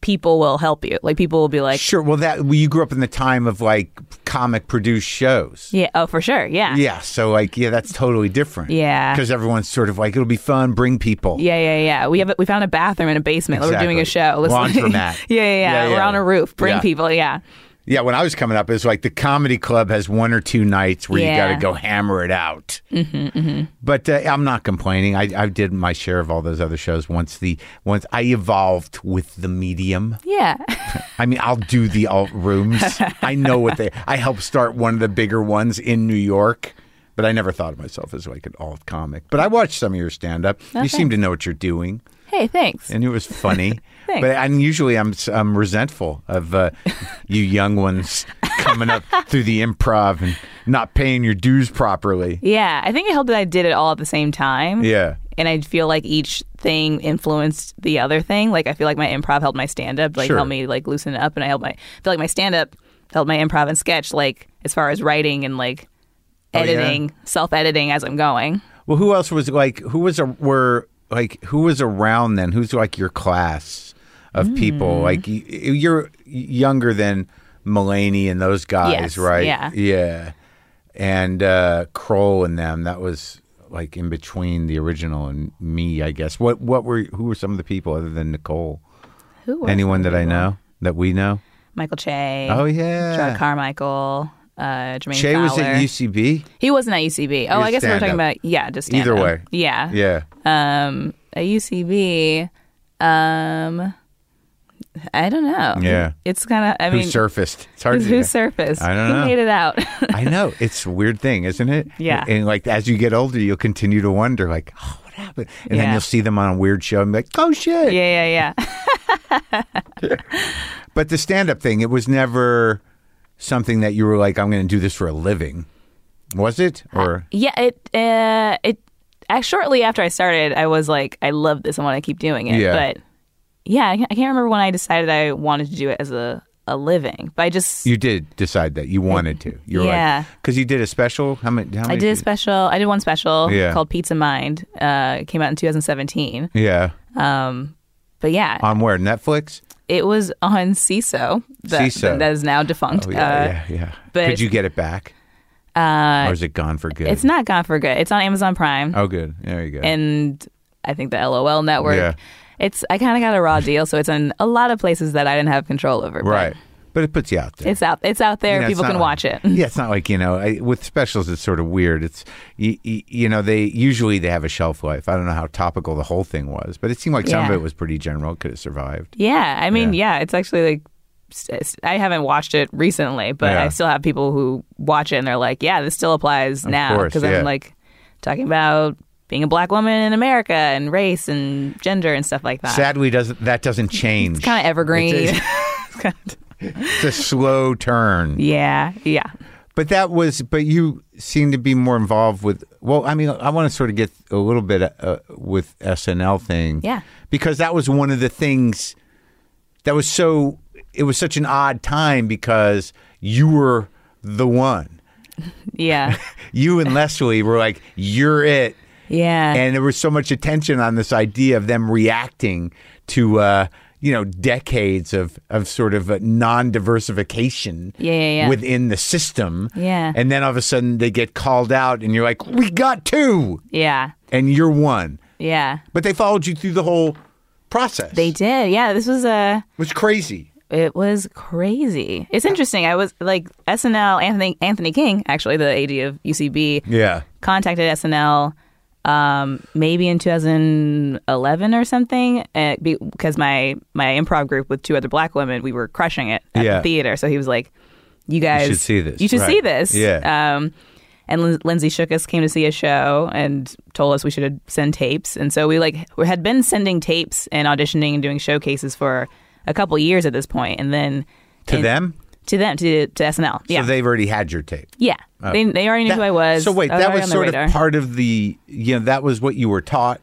people will help you. Like, people will be like,
Sure. Well, that well, you grew up in the time of like comic produced shows.
yeah, oh, for sure. Yeah.
Yeah. So like, yeah, that's totally different.
Yeah.
Because everyone's sort of like, it'll be fun. Bring people.
Yeah, yeah, yeah. We have a, we found a bathroom in a basement. We're doing a show.
Exactly. Laundromat.
yeah, yeah, yeah,
Yeah, yeah.
We're on a roof. Bring
Yeah.
people. Yeah,
Yeah. When I was coming up, it was like the comedy club has one or two nights where you
Yeah.
got to go hammer it out. Mm-hmm, But uh, I'm not complaining. I, I did my share of all those other shows. Once the once I evolved with the medium.
yeah.
I mean, I'll do the alt rooms. I know what they. I helped start one of the bigger ones in New York, but I never thought of myself as like an alt comic. But I watched some of your stand up. You seem to know what you're doing,
hey, thanks.
and it was funny.
Thanks.
but I'm usually I'm I'm resentful of uh, you young ones coming up through the improv and not paying your dues properly.
Yeah, I think it helped that I did it all at the same time.
Yeah.
and I feel like each thing influenced the other thing. Like I feel like my improv helped my stand up. Like
Sure.
helped me like loosen it up, and I helped my I feel like my stand up helped my improv and sketch. Like as far as writing and like
Oh, yeah?
editing, self editing as I'm going.
Well, who else was like who was a, were like who was around then? Who's like your class of
Hmm.
people? Like y- you're younger than Mulaney and those guys,
Yes,
right?
yeah.
yeah. And uh, Kroll and them. That was like in between the original and me, I guess. What what were who were some of the people other than Nicole?
Who were
Anyone that I know that we know?
Michael Che?
Oh
John
yeah,
Carmichael, uh, Jermaine
Che
Fowler.
was at UCB.
He wasn't at UCB. Oh,
was
I guess we were talking
stand-up.
about yeah, just
Either
stand-up.
way.
Yeah.
Yeah,
Um, at UCB, um, I don't know.
Yeah.
it's kind of. I
who
mean,
surfaced? It's hard
who's
to
who surfaced?
I don't
Who
know.
made it out?
I know it's a weird thing, isn't it?
Yeah.
And like as you get older, you'll continue to wonder, like, oh, what happened? And then
Yeah.
you'll see them on a weird show and be like, oh shit.
yeah, yeah, yeah.
But the stand-up thing, it was never something that you were like, I'm going to do this for a living, was it? Or
Yeah, it uh, it uh, shortly after I started, I was like, I love this, I want to keep doing it.
Yeah.
But yeah, I can't I can't remember when I decided I wanted to do it as a a living. But I just
you did decide that you wanted to. You were
Yeah.
because you did a special. How many? How many
I did a special. I did one special
Yeah.
called Pizza Mind. Uh, it came out in 2017.
Yeah.
Um, but yeah,
On where? Netflix.
it was on CISO. That,
CISO.
that is now defunct. Uh,
Oh yeah, yeah, yeah.
but-
Could you get it back,
Uh,
or is it gone for good?
it's not gone for good. It's on Amazon Prime
Oh, good. There you go.
and I think the LOL network.
Yeah.
It's I kind of got a raw deal, so it's in a lot of places that I didn't have control over. but
right, but it puts you out there.
It's out. It's out there.
You know, it's
People
not
can
like-
watch it.
Yeah, it's not like you know I, with specials. It's sort of weird. It's you, you know they usually they have a shelf life. I don't know how topical the whole thing was, but it seemed like some of
Yeah.
it was pretty general. Could have survived.
Yeah, I mean, yeah. it's actually like I haven't watched it recently, but
Yeah.
I still have people who watch it and they're like, "Yeah, this still applies now,"
course,
because
yeah.
I'm like talking about being a black woman in America and race and gender and stuff like that.
Sadly, doesn't that doesn't change? It's
Kind of evergreen.
It's It's a slow turn.
yeah, yeah.
But that was. But you seem to be more involved with. Well, I mean, I want to sort of get a little bit uh, with SNL thing.
Yeah.
Because that was one of the things that was so. It was such an odd time because you were the one.
Yeah.
You and Leslie were like, you're it.
Yeah.
and there was so much attention on this idea of them reacting to uh, you know decades of of sort of uh, non diversification
Yeah, yeah, yeah.
within the system.
Yeah.
and then all of a sudden they get called out, and you're like, "We got two,
yeah.
and you're one."
Yeah.
But they followed you through the whole process.
They did. Yeah, this was a
it was crazy.
it was crazy. It's interesting. I was like SNL Anthony Anthony King, actually the AD of UCB,
Yeah,
contacted SNL um, maybe in 2011 or something uh, be- because my my improv group with two other black women we were crushing it at
Yeah.
the theater. So he was like, "You guys
should see this."
You should
Right.
see this."
Yeah.
Um, and Lin- Lindsay Shookus came to see a show and told us we should send tapes. And so we like we had been sending tapes and auditioning and doing showcases for a couple years at this point, and then
to
and-
them.
to them to to SNL. Yeah,
So they've already had your tape.
yeah. They, they already knew who I was. Oh,
So wait,
I
that
already
was
on their
sort
radar.
of part of the you know that was what you were taught,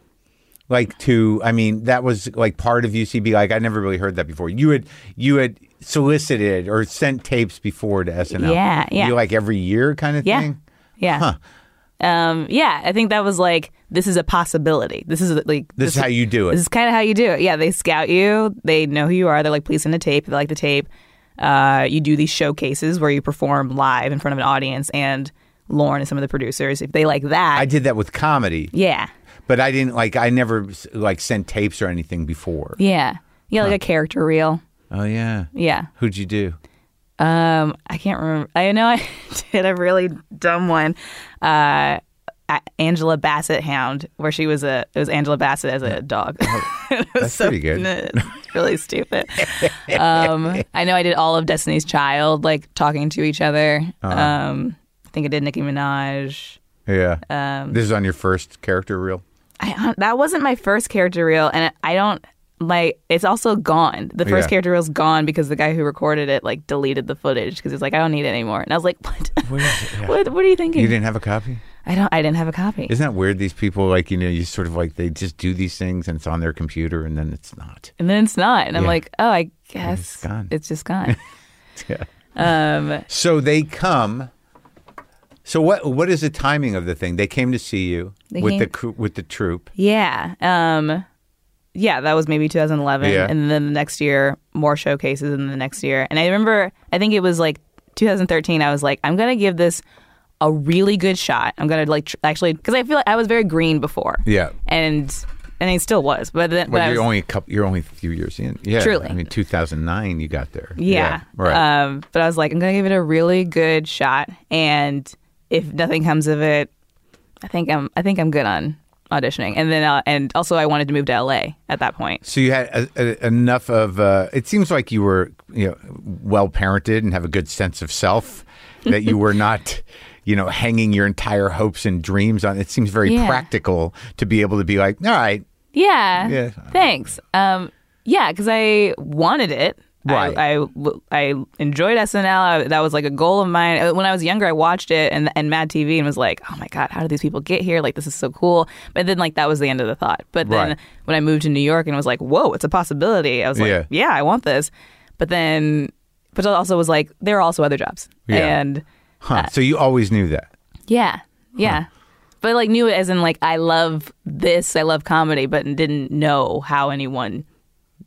like to I mean that was like part of UCB. Like I never really heard that before. You had you had solicited or sent tapes before to SNL.
Yeah, yeah.
You like every year kind of
Yeah.
thing.
Yeah. Um, yeah, I think that was like this is a possibility. This is like
This, is how you do
This
it.
is kind of how you do it. Yeah, they scout you. They know who you are. They're like, please send a tape. They like the tape. Uh, you do these showcases where you perform live in front of an audience, and Lauren and some of the producers, if they like that,
I did that with comedy,
yeah,
but I didn't like I never like sent tapes or anything before.
yeah, yeah, like a character reel.
Oh yeah.
Yeah.
Who'd you do?
Um, I can't remember. I know I did a really dumb one. Uh, A- Angela Bassett Hound, where she was a it was Angela Bassett as a dog. It was
Oh, that's pretty good.
it's really stupid. um, I know I did all of Destiny's Child, like talking to each other.
Uh-huh.
Um, I think I did Nicki Minaj.
Yeah.
Um,
this is on your first character reel.
I, that wasn't my first character reel, and I don't like. It's also gone. The first
Yeah.
character reel's gone because the guy who recorded it like deleted the footage because he's like, I don't need it anymore. And I was like, What?
Where is it? Yeah.
what? What are you thinking?
You didn't have a copy?
I don't. I didn't have a copy.
Isn't that weird? These people, like, you know, you sort of like, they just do these things and it's on their computer and then it's not.
and then it's not. And I'm
Yeah.
like, oh, I guess it's
gone.
just gone.
Yeah.
um,
So they come. So what? What is the timing of the thing? They came to see you
They
with the
came-
cr- with the troupe.
yeah. Um, yeah. That was maybe 2011.
Yeah.
And then the next year, more showcases. And the next year, and I remember, I think it was like 2013. I was like, I'm gonna give this a really good shot. I'm gonna like tr- actually because I feel like I was very green before.
Yeah.
And and I still was, but then but I
Well,
was-
you're only a couple, you're only a few years in. Yeah.
Truly.
I mean, 2009, you got there.
Yeah.
right.
Um, but I was like, I'm going to give it a really good shot. And if nothing comes of it, I think I'm, I think I'm good on auditioning. And then, uh, and also I wanted to move to LA at that point.
so you had a, a, enough of. Uh, it seems like you were, you know, well parented and have a good sense of self. That you were not, you know, hanging your entire hopes and dreams on. It seems very
Yeah.
practical to be able to be like, all right,
Yeah.
Yeah.
Thanks. Um, yeah. Cause I wanted it.
Right.
I, I, I enjoyed SNL. I, that was like a goal of mine. Uh, When I was younger, I watched it and, and Mad TV and was like, oh my God, how do these people get here? Like, this is so cool. But then, like, that was the end of the thought. But then
Right.
when I moved to New York and was like, whoa, it's a possibility, I was like,
Yeah.
yeah, I want this. But then, but I also was like, there are also other jobs.
Yeah.
And
Huh.
Uh,
so you always knew that.
yeah, yeah. But like, knew it as in, like, I love this, I love comedy, but didn't know how anyone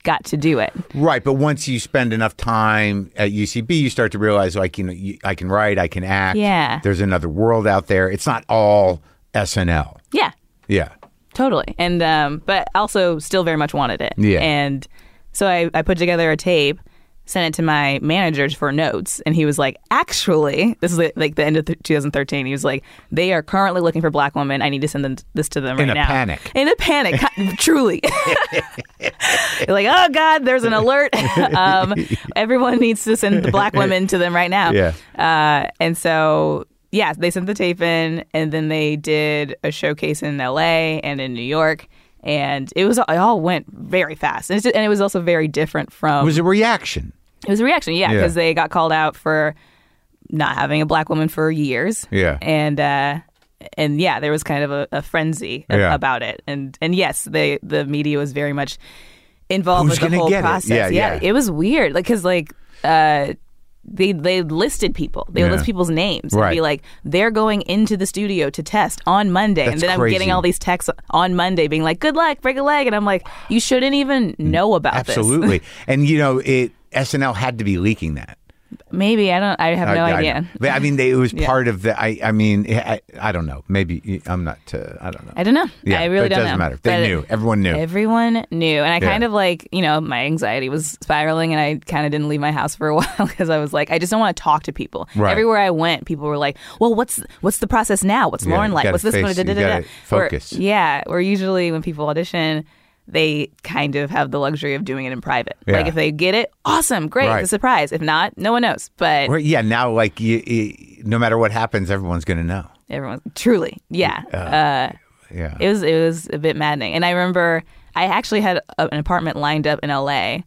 got to do it.
Right, but once you spend enough time at UCB, you start to realize like you know you, I can write, I can act.
Yeah.
There's another world out there. It's not all SNL.
Yeah.
Yeah.
Totally. And um but also still very much wanted it.
Yeah.
And so I, I put together a tape, sent it to my managers for notes, and he was like, "Actually, this is like the end of th- 2013." He was like, "They are currently looking for black women. I need to send them this to them
In
right
a
now."
panic.
In a panic, ki- truly. You're like, "Oh God, there's an alert. um, everyone needs to send the black women to them right now."
Yeah.
Uh, and so, yeah, they sent the tape in, and then they did a showcase in L.A. and in New York, and it was it all went very fast, and, it's and it was also very different from
It was a reaction.
it was a reaction, yeah,
Yeah.
because they got called out for not having a black woman for years,
Yeah.
and uh, and yeah, there was kind of a, a frenzy a-
Yeah.
about it, and and yes, the the media was very much involved
Who's
with the
gonna
whole
get it?
process.
Yeah, yeah.
it was weird, like because like uh, they they listed people, they would
Yeah.
list people's names, and
Right.
be like, they're going into the studio to test on Monday,
That's
and then I'm
crazy.
getting all these texts on Monday, being like, good luck, break a leg, and I'm like, you shouldn't even know about this.
Absolutely. and you know, it SNL had to be leaking that.
Maybe I don't. I have no
I, I
idea.
know. But, I mean, they, it was part of the. I, I mean, I, I don't know. Maybe I'm not. Uh, I don't know.
I don't know. I really
but it
don't
doesn't
know.
matter. They
But
knew. Everyone knew.
Everyone knew, and I
Yeah.
kind of like you know my anxiety was spiraling, and I kind of didn't leave my house for a while because I was like, I just don't want to talk to people.
Right.
Everywhere I went, people were like, "Well, what's what's the process now? What's
Yeah,
Lauren
you
like?
gotta
What's this?"
face-
da, da, da,
you
da."
gotta
Where-
focus.
yeah, where usually when people audition. They kind of have the luxury of doing it in private.
Yeah.
Like if they get it, awesome, great,
Right.
it's a surprise. If not, no one knows. But
Well, yeah. Now, like, you, you, no matter what happens, everyone's going to know.
everyone, truly, yeah. uh,
Yeah.
It was it was a bit maddening, and I remember I actually had a, an apartment lined up in L.A.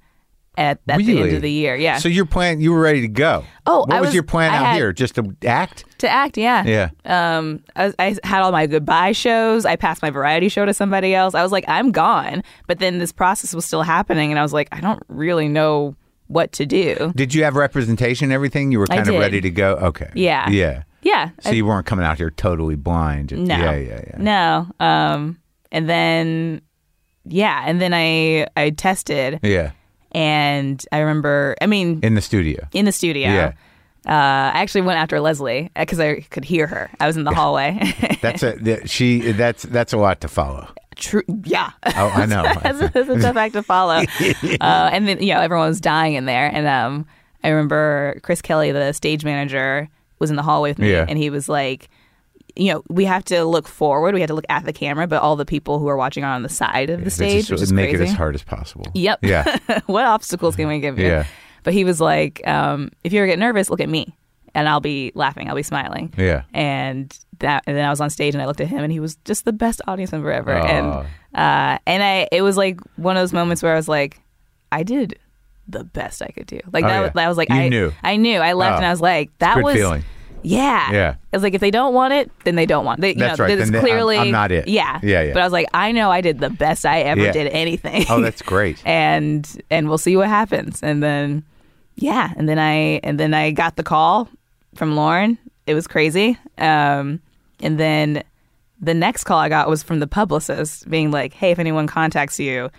at, at the end
Really?
of the year. Yeah,
So your plan, you were ready to go.
Oh,
what
I
was,
was-
your plan
I
out
had-
here? Just to act?
to act. Yeah,
Yeah.
Um, I, was- I had all my goodbye shows. I passed my variety show to somebody else. I was like, I'm gone. But then this process was still happening, and I was like, I don't really know what to do.
Did you have representation? and Everything? You were kind of
did.
ready to go. Okay.
Yeah.
Yeah.
Yeah.
So you weren't coming out here totally blind.
No.
Yeah. Yeah. Yeah.
No. Um, and then yeah, and then I I tested,
Yeah.
and I remember. I mean,
In the studio.
in the studio.
Yeah.
Uh, I actually went after Leslie because I could hear her. I was in the hallway.
That's a that- she. That's that's a lot to follow.
True. Yeah.
Oh, I know.
that's, a, that's a tough act to follow. Uh, and then, you know, everyone was dying in there. And um, I remember Chris Kelly, the stage manager, was in the hallway with me.
Yeah.
And he was like, you know, we have to look forward. We have to look at the camera, but all the people who are watching are on the side of the stage,
Just
which is
make
crazy.
it as hard as possible.
Yep.
Yeah.
what obstacles can we give you?
Yeah.
But he was like, um, if you ever get nervous, look at me, and I'll be laughing, I'll be smiling.
Yeah.
And that, and then I was on stage, and I looked at him, and he was just the best audience member ever. And
Aw.
uh, and I, it was like one of those moments where I was like, I did the best I could do. Like
Oh,
that,
yeah.
was- that was like
You
I
knew.
I knew. I left,
Oh.
and I was like, that
good
was
feeling.
Yeah.
Yeah.
I was like, if they don't want it, then they don't want. They, you
That's
know,
right.
It's
Then they- I'm-
clearly
I'm not it.
Yeah.
Yeah, yeah.
But I was like, I know I did the best I ever
Yeah.
did anything
Oh, that's great.
and and we'll see what happens and then yeah and then i and then i got the call from lauren it was crazy um and then the next call i got was from the publicist being like hey if anyone contacts you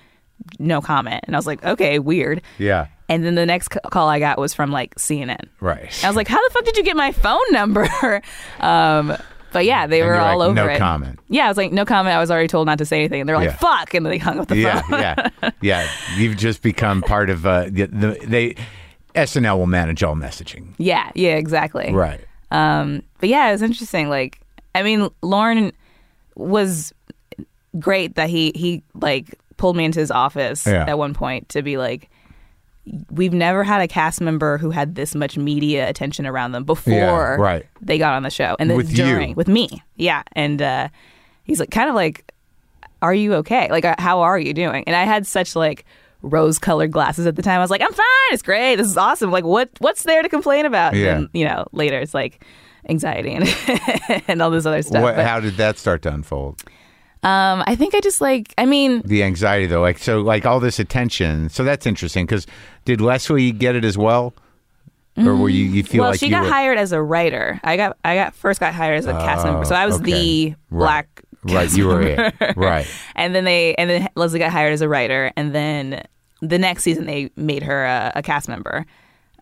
no comment and i was like okay weird
Yeah.
and then the next c- call i got was from like cnn
Right.
i was like how the fuck did you get my phone number um but yeah they
And
were
you're
all
like,
over
no
it
comment.
yeah i was like no comment i was already told not to say anything and they're like
Yeah.
fuck and they hung up the
Yeah,
phone
yeah, yeah. You've just become part of uh, the, the they SNL will manage all messaging,
yeah yeah exactly
right?
Um, but yeah, it was interesting. Like, I mean, Lauren was great that he he like pulled me into his office
Yeah.
at one point to be like, we've never had a cast member who had this much media attention around them before
Yeah, right.
they got on the show, and then
With you.
during with me, yeah, and uh, he's like kind of like are you okay? Like, uh, how are you doing? And I had such like rose colored glasses at the time. I was like, I'm fine. It's great. This is awesome. Like, what what's there to complain about?
Yeah.
And, you know, later it's like anxiety and and all this other stuff.
What,
But,
how did that start to unfold?
um, I think I just like. I mean,
The anxiety, though, like so, like all this attention. So that's interesting because did Leslie get it as well, or were you you feel
Mm, well,
like
she
you
got
were
hired as a writer. I got I got first got hired as a cast member, so I was
Oh, okay.
the
Right.
black
right? You were it, right?
and then they and then Leslie got hired as a writer, and then the next season they made her a, a cast member,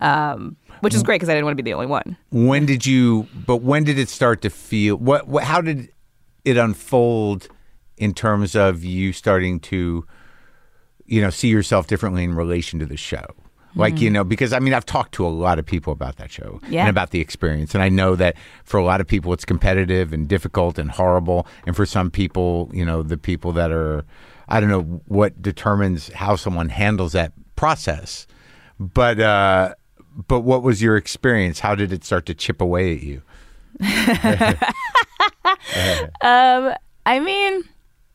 um, which
Mm.
is great because I didn't want to be the only one.
When did you? But when did it start to feel? What? what how did it unfold in terms of you starting to, you know, see yourself differently in relation to the show? Like, you know, because I mean, I've talked to a lot of people about that show
Yeah.
and about the experience. And I know that for a lot of people, it's competitive and difficult and horrible. And for some people, you know, the people that are, I don't know what determines how someone handles that process. But, uh, but what was your experience? How did it start to chip away at you?
I mean,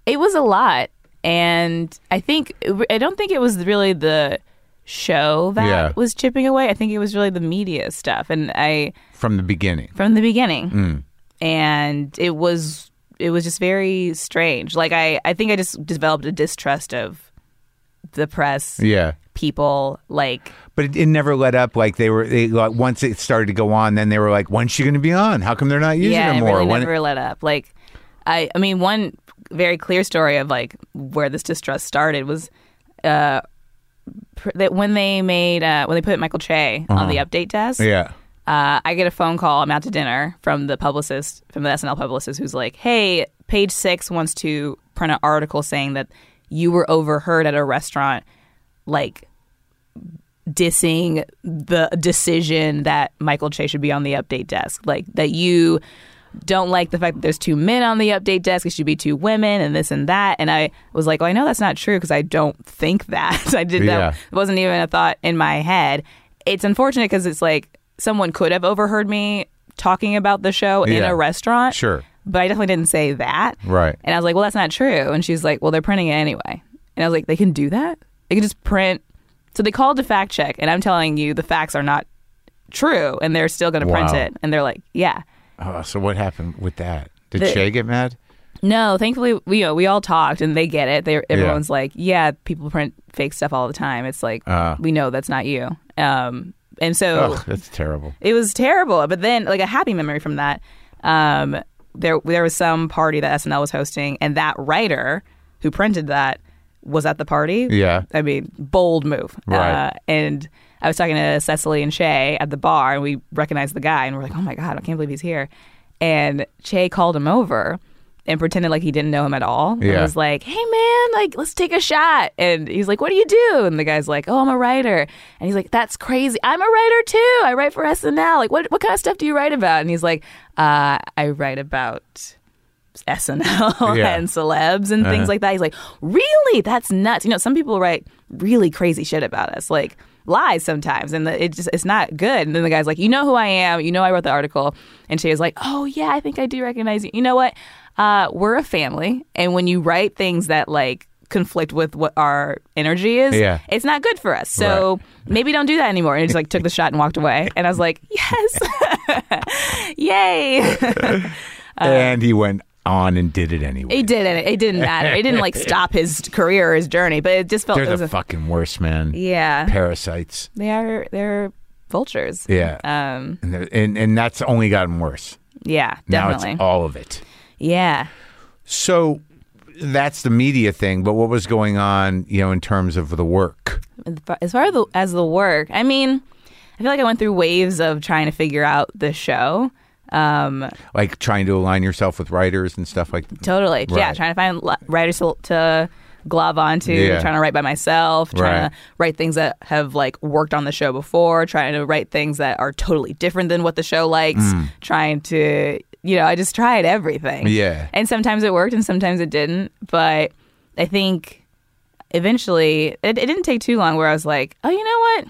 it was a lot, and I think I don't think it was really the show that
Yeah.
was chipping away. I think it was really the media stuff, and I
From the beginning.
from the beginning,
Mm.
and it was it was just very strange. Like I I think I just developed a distrust of the press,
Yeah.
people, like
But it, it never let up. Like they were, they, like, once it started to go on, then they were like, "When's she going to be on? How come they're not using
yeah,
her
it
more?"
really
When-
never let up. Like, I, I mean, one very clear story of like where this distrust started was uh, pr- that when they made uh, when they put Michael Che on the update desk.
Uh-huh. yeah,
Uh, I get a phone call. I'm out to dinner from the publicist, from the SNL publicist, who's like, "Hey, Page Six wants to print an article saying that you were overheard at a restaurant, like dissing the decision that Michael Che should be on the update desk, like that you." Don't like the fact that there's two men on the update desk. It should be two women, and this and that. And I was like, "Well, I know that's not true because I don't think that. I did
Yeah.
that. It wasn't even a thought in my head. It's unfortunate because it's like someone could have overheard me talking about the show in
Yeah.
a restaurant,
sure,
but I definitely didn't say that.
right.
And I was like, well, that's not true. And she's like, well, they're printing it anyway. And I was like, they can do that? They can just print. So they called to fact check, and I'm telling you, the facts are not true, and they're still going to print
Wow.
it. And they're like, yeah.
Oh, so what happened with that? Did
The-
Shay get mad?
No, thankfully, we, you know, we all talked and they get it. They, everyone's
Yeah.
like, yeah, people print fake stuff all the time. It's like,
Uh.
we know that's not you. Um, and so
Oh, that's terrible.
it was terrible. But then, like a happy memory from that, um, there there was some party that SNL was hosting, and that writer who printed that was at the party.
Yeah.
I mean, bold move.
Right.
Uh, and I was talking to Cecily and Shay at the bar, and we recognized the guy, and we're like, "Oh my god, I can't believe he's here!" And Shay called him over. And pretended like he didn't know him at all.
Yeah.
And was like, hey man, like, let's take a shot. And he's like, what do you do? And the guy's like, oh, I'm a writer. And he's like, that's crazy. I'm a writer too. I write for SNL. Like, what, what kind of stuff do you write about? And he's like, uh, I write about SNL
Yeah.
and celebs and things like that. He's like, really? That's nuts. You know, some people write really crazy shit about us, like lies sometimes, and the, it just it's not good. And then the guy's like, you know who I am, you know I wrote the article, and she was like, oh yeah, I think I do recognize you. You know what? Uh, we're a family, and when you write things that like conflict with what our energy is,
Yeah.
it's not good for us. So maybe don't do that anymore. And he just like took the shot and walked away. And I was like, yes, yay.
and he went on and did it anyway.
Uh, It didn't. It didn't matter. It didn't like stop his career or his journey, but it just felt it
They're
was
the
a,
fucking worst, man.
yeah.
Parasites.
They are they're vultures.
Yeah,
Um.
and, they're- and and that's only gotten worse.
Yeah.
Now
Definitely.
it's all of it.
yeah.
So that's the media thing. But what was going on, you know, in terms of the work?
As far as the, as the work, I mean, I feel like I went through waves of trying to figure out the show. Um.
like trying to align yourself with writers and stuff like that.
Totally. Yeah.
Right.
Trying to find li- writers to, to glove onto.
Yeah.
Trying to write by myself. Trying
Right.
to write things that have like worked on the show before. Trying to write things that are totally different than what the show likes.
Mm.
Trying to, you know, I just tried everything.
Yeah.
And sometimes it worked and sometimes it didn't. But I think eventually it, it didn't take too long where I was like, oh, you know what?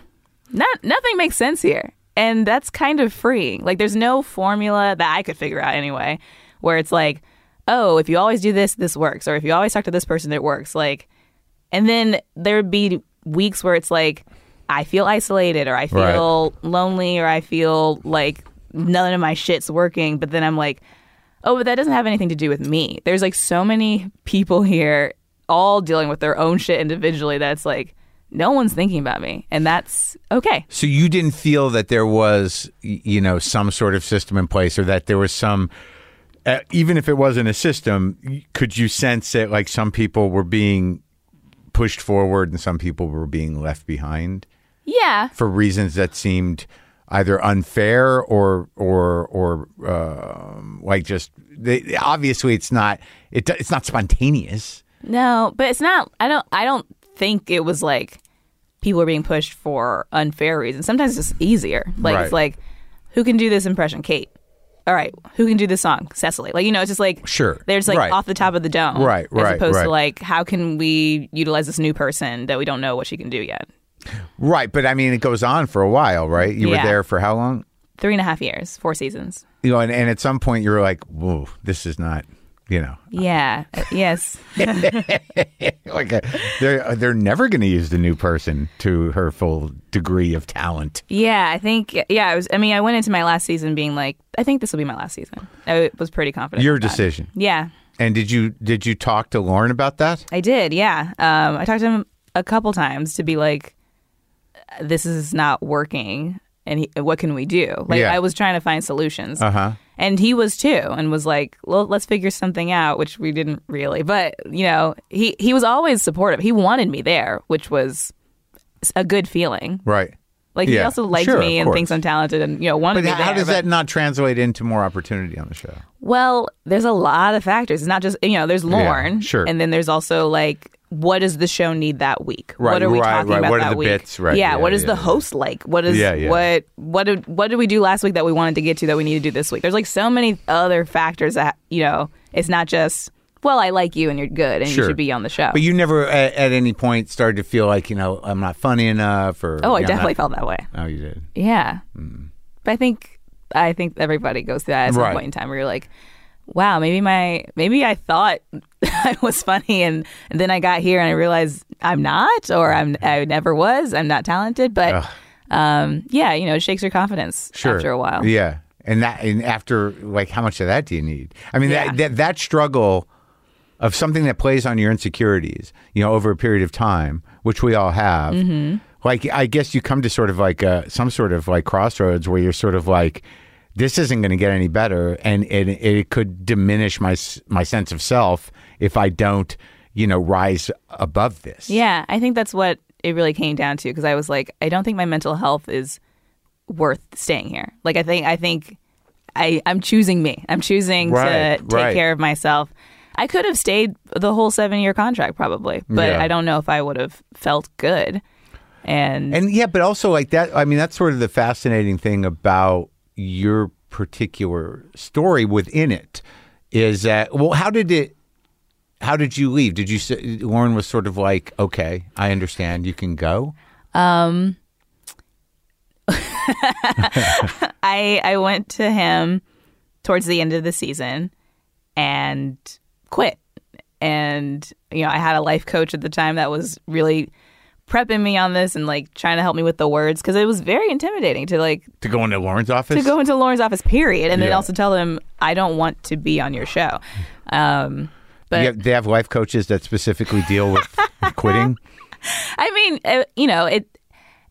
Not, nothing makes sense here. And that's kind of freeing. Like, there's no formula that I could figure out anyway where it's like, oh, if you always do this, this works. Or if you always talk to this person, it works. Like, and then there'd be weeks where it's like, I feel isolated or I
Right.
feel lonely or I feel like none of my shit's working. But then I'm like, oh, but that doesn't have anything to do with me. There's like so many people here all dealing with their own shit individually that's like, no one's thinking about me. And that's okay.
So you didn't feel that there was, y- you know, some sort of system in place, or that there was some, uh, even if it wasn't a system, y- could you sense that like some people were being pushed forward and some people were being left behind
Yeah.
for reasons that seemed either unfair or or or um like just they, obviously it's not it, do- it's not spontaneous.
No, but it's not I don't I don't think it was like people are being pushed for unfair reasons. Sometimes it's easier. Like
Right.
it's like, who can do this impression? Kate. All right, who can do this song? Cecily. Like you know, it's just like
Sure.
They're just like
Right.
off the top of the dome,
Right, right,
As opposed
right.
to like, how can we utilize this new person that we don't know what she can do yet?
Right, but I mean, it goes on for a while, right? You
Yeah.
were there for how long?
Three and a half years, four seasons.
You know, and, and at some point you were like, "Whoa, this is not," you know,
Yeah. Uh, yes.
like a, they're they're never going to use the new person to her full degree of talent.
Yeah, I think yeah, I was I mean, I went into my last season being like, I think this will be my last season. I was pretty confident.
Your
of that.
decision.
Yeah.
And did you did you talk to Lauren about that?
I did. Yeah. Um I talked to him a couple times to be like this is not working and he, what can we do? Like
Yeah. Uh-huh.
I was trying to find solutions. And he was too and was like, "Well, let's figure something out," which we didn't really. But, you know, he he was always supportive. He wanted me there, which was a good feeling.
Right.
Like he
Yeah.
also likes
Sure,
me
of
and thinks
course.
I'm talented and you know wanted
But
me
how
there,
does
but-
that not translate into more opportunity on the show?
Well, there's a lot of factors. It's not just you know, there's Lorne,
sure.
and then there's also like, what does the show need that week?
Right,
what are we
right,
talking
right.
about
What are
that
the
week?
bits? Right,
Yeah,
yeah,
What is
yeah,
the
yeah.
host like? What is
Yeah, yeah.
what what did what did we do last week that we wanted to get to that we need to do this week? There's like so many other factors that you know, it's not just well, I like you and you're good and
Sure.
you should be on the show.
But you never at, at any point started to feel like you know I'm not funny enough, or you
oh, I
know, I'm
definitely
not-
felt that way.
Oh, you did.
Yeah, but I think I think everybody goes through that at some
Mm. Right.
point in time where you're like, wow, maybe my maybe I thought I was funny, and, and then I got here and I realized I'm not, or I'm I never was, I'm not talented, but. Um. Yeah, you know, it shakes your confidence
Sure.
after a while.
Yeah. And that and after like how much of that do you need? I mean
Yeah.
that, that that struggle of something that plays on your insecurities, you know, over a period of time, which we all have.
Mm-hmm.
Like I guess you come to sort of like uh some sort of like crossroads where you're sort of like this isn't going to get any better and it, it could diminish my s- my sense of self if I don't, you know, rise above this.
Yeah, I think that's what it really came down to because I was like, I don't think my mental health is worth staying here. Like, I think I think I I'm choosing me. I'm choosing
Right,
to take
right.
care of myself. I could have stayed the whole seven year contract probably, but
Yeah.
I don't know if I would have felt good. And,
And yeah, but also like that. I mean, that's sort of the fascinating thing about your particular story within it is that well, how did it? How did you leave? Did you say Lauren was sort of like, okay, I understand, you can go.
I I went to him towards the end of the season and quit. And you know, I had a life coach at the time that was really prepping me on this and like trying to help me with the words because it was very intimidating to like
To go into Lauren's office.
to go into Lauren's office period and then
Yeah.
also tell them I don't want to be on your show. Um, but
You have- they have life coaches that specifically deal with quitting.
I mean, uh, you know, it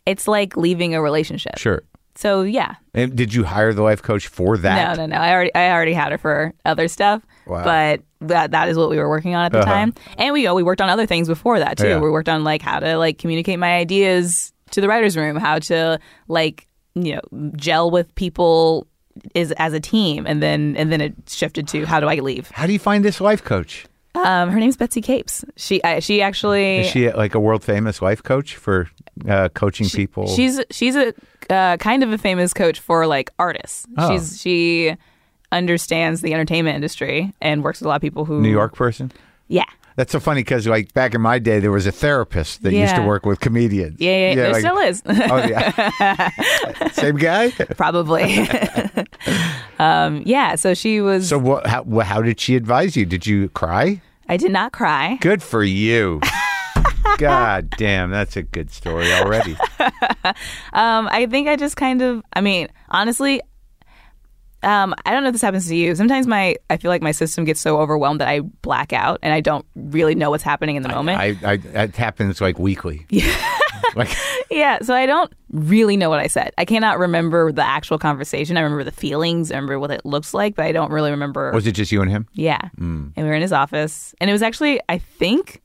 it's like leaving a relationship.
Sure.
So yeah,
And did you hire the life coach for that?
No, no, no. I already I already had her for other stuff.
Wow. Uh-huh.
But that that is what we were working on at the time. And we you know, we worked on other things before that too.
Yeah.
We worked on like how to like communicate my ideas to the writers room, how to like, you know, gel with people is as a team and then and then it shifted to how do I leave?
How do you find this life coach?
Um her name's Betsy Capes. She I, she actually
Is she like a world famous life coach for uh, coaching people?
She's she's a uh, kind of a famous coach for like artists.
Oh.
She's she understands the entertainment industry and works with a lot of people who
New York person.
Yeah.
That's so funny because, like, back in my day, there was a therapist that used to
Yeah.
work with comedians.
Yeah, yeah, there
like-
still is.
oh, yeah. Same guy.
Probably. um, yeah, so she was
So, what? How, wha- how did she advise you? Did you cry?
I did not cry.
Good for you. God damn, that's a good story already.
Um, I think I just kind of I mean, honestly, um, I don't know if this happens to you. Sometimes my I feel like my system gets so overwhelmed that I black out and I don't really know what's happening in the moment.
I, I, it happens like weekly. Yeah. like,
Yeah, so I don't really know what I said. I cannot remember the actual conversation. I remember the feelings, I remember what it looks like, but I don't really remember.
was it just you and him?
yeah.
Mm.
And we were in his office, and it was actually, I think,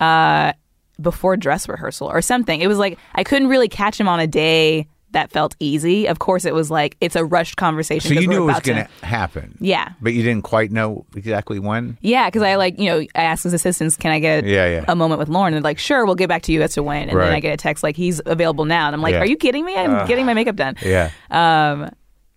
uh, before dress rehearsal or something. It was like I couldn't really catch him on a day that felt easy. Of course, it was like it's a rushed conversation.
So you
'cause
knew
we're
it was
about to-
going to happen.
Yeah.
But you didn't quite know exactly when.
Yeah, because I like you know I asked his assistants, can I get
Yeah, yeah.
a moment with Lauren? And they're like, sure, we'll get back to you as to when. And
Right.
then I get a text like he's available now, and I'm like,
Yeah.
are you kidding me? I'm getting my makeup done.
Yeah.
Um,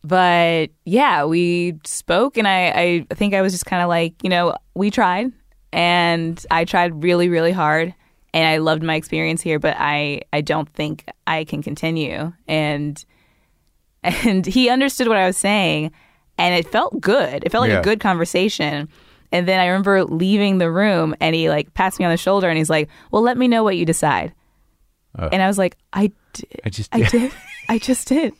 but yeah, we spoke, and I I think I was just kind of like you know we tried, and I tried really really hard, and I loved my experience here, but I I don't think I can continue, and and he understood what I was saying, and it felt good. It felt like
Yeah.
a good conversation. And then I remember leaving the room, and he like pats me on the shoulder, and he's like, "Well, let me know what you decide." and I was like, "I did,
I just
I did, I just did."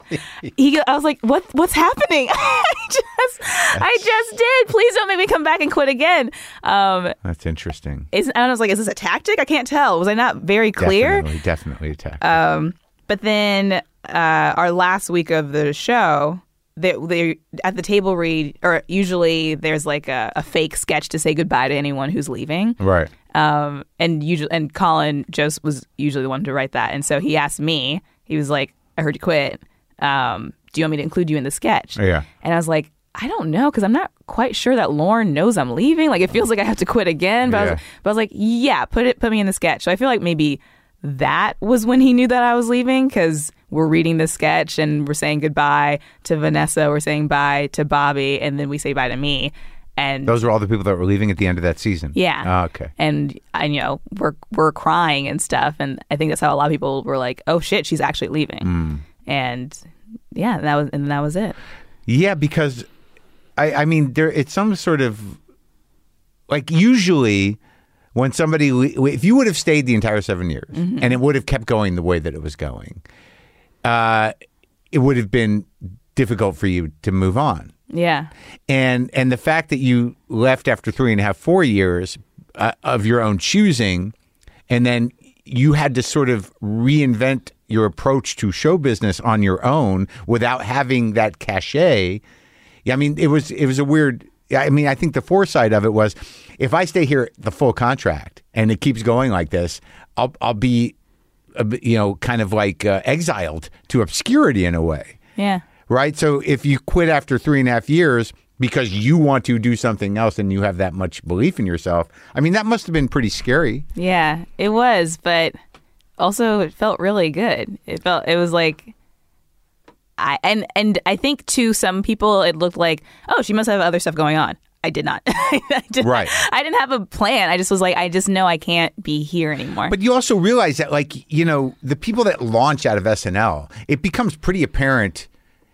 He, go- I was like, "What? What's happening?" I just, I just did. Please don't make me come back and quit again. Um,
That's interesting.
is and I was like, "Is this a tactic?" I can't tell. Was I not very clear? Uh,
Definitely, definitely attack.
But then uh, our last week of the show, they, they at the table read, or usually there's like a, a fake sketch to say goodbye to anyone who's leaving.
right.
Um, and usually, and Colin Jost was usually the one to write that, and so he asked me. He was like, "I heard you quit. Um, do you want me to include you in the sketch?"
Yeah.
And I was like, I don't know, because I'm not quite sure that Lauren knows I'm leaving. Like, it feels like I have to quit again. But, I,
Yeah.
was, but I was like, yeah, put it, put me in the sketch. So I feel like maybe that was when he knew that I was leaving, because we're reading the sketch and we're saying goodbye to Vanessa, we're saying bye to Bobby, and then we say bye to me. And
Those are all the people that were leaving at the end of that season.
yeah.
Ah, okay.
And I you know we're we're crying and stuff, and I think that's how a lot of people were like, "Oh shit, she's actually leaving,"
Mm.
and yeah, that was and that was it.
Yeah, because I, I mean, there it's some sort of like usually when somebody le- if you would have stayed the entire seven years and it would have kept going the way that it was going, uh, it would have been difficult for you to move on.
Yeah,
and and the fact that you left after three and a half four years uh, of your own choosing and then you had to sort of reinvent your approach to show business on your own without having that cachet yeah i mean it was it was a weird i mean i think the foresight of it was if i stay here the full contract and it keeps going like this i'll i'll be a bit, you know kind of like uh, exiled to obscurity in a way
yeah.
right? So if you quit after three and a half years because you want to do something else and you have that much belief in yourself, I mean, that must have been pretty scary.
Yeah, it was, but also it felt really good. It felt it was like I and and I think to some people it looked like, "Oh, she must have other stuff going on." I did not. I did,
Right.
I didn't have a plan. I just was like, I just know I can't be here anymore.
But you also realize that, like, you know, the people that launch out of SNL, it becomes pretty apparent.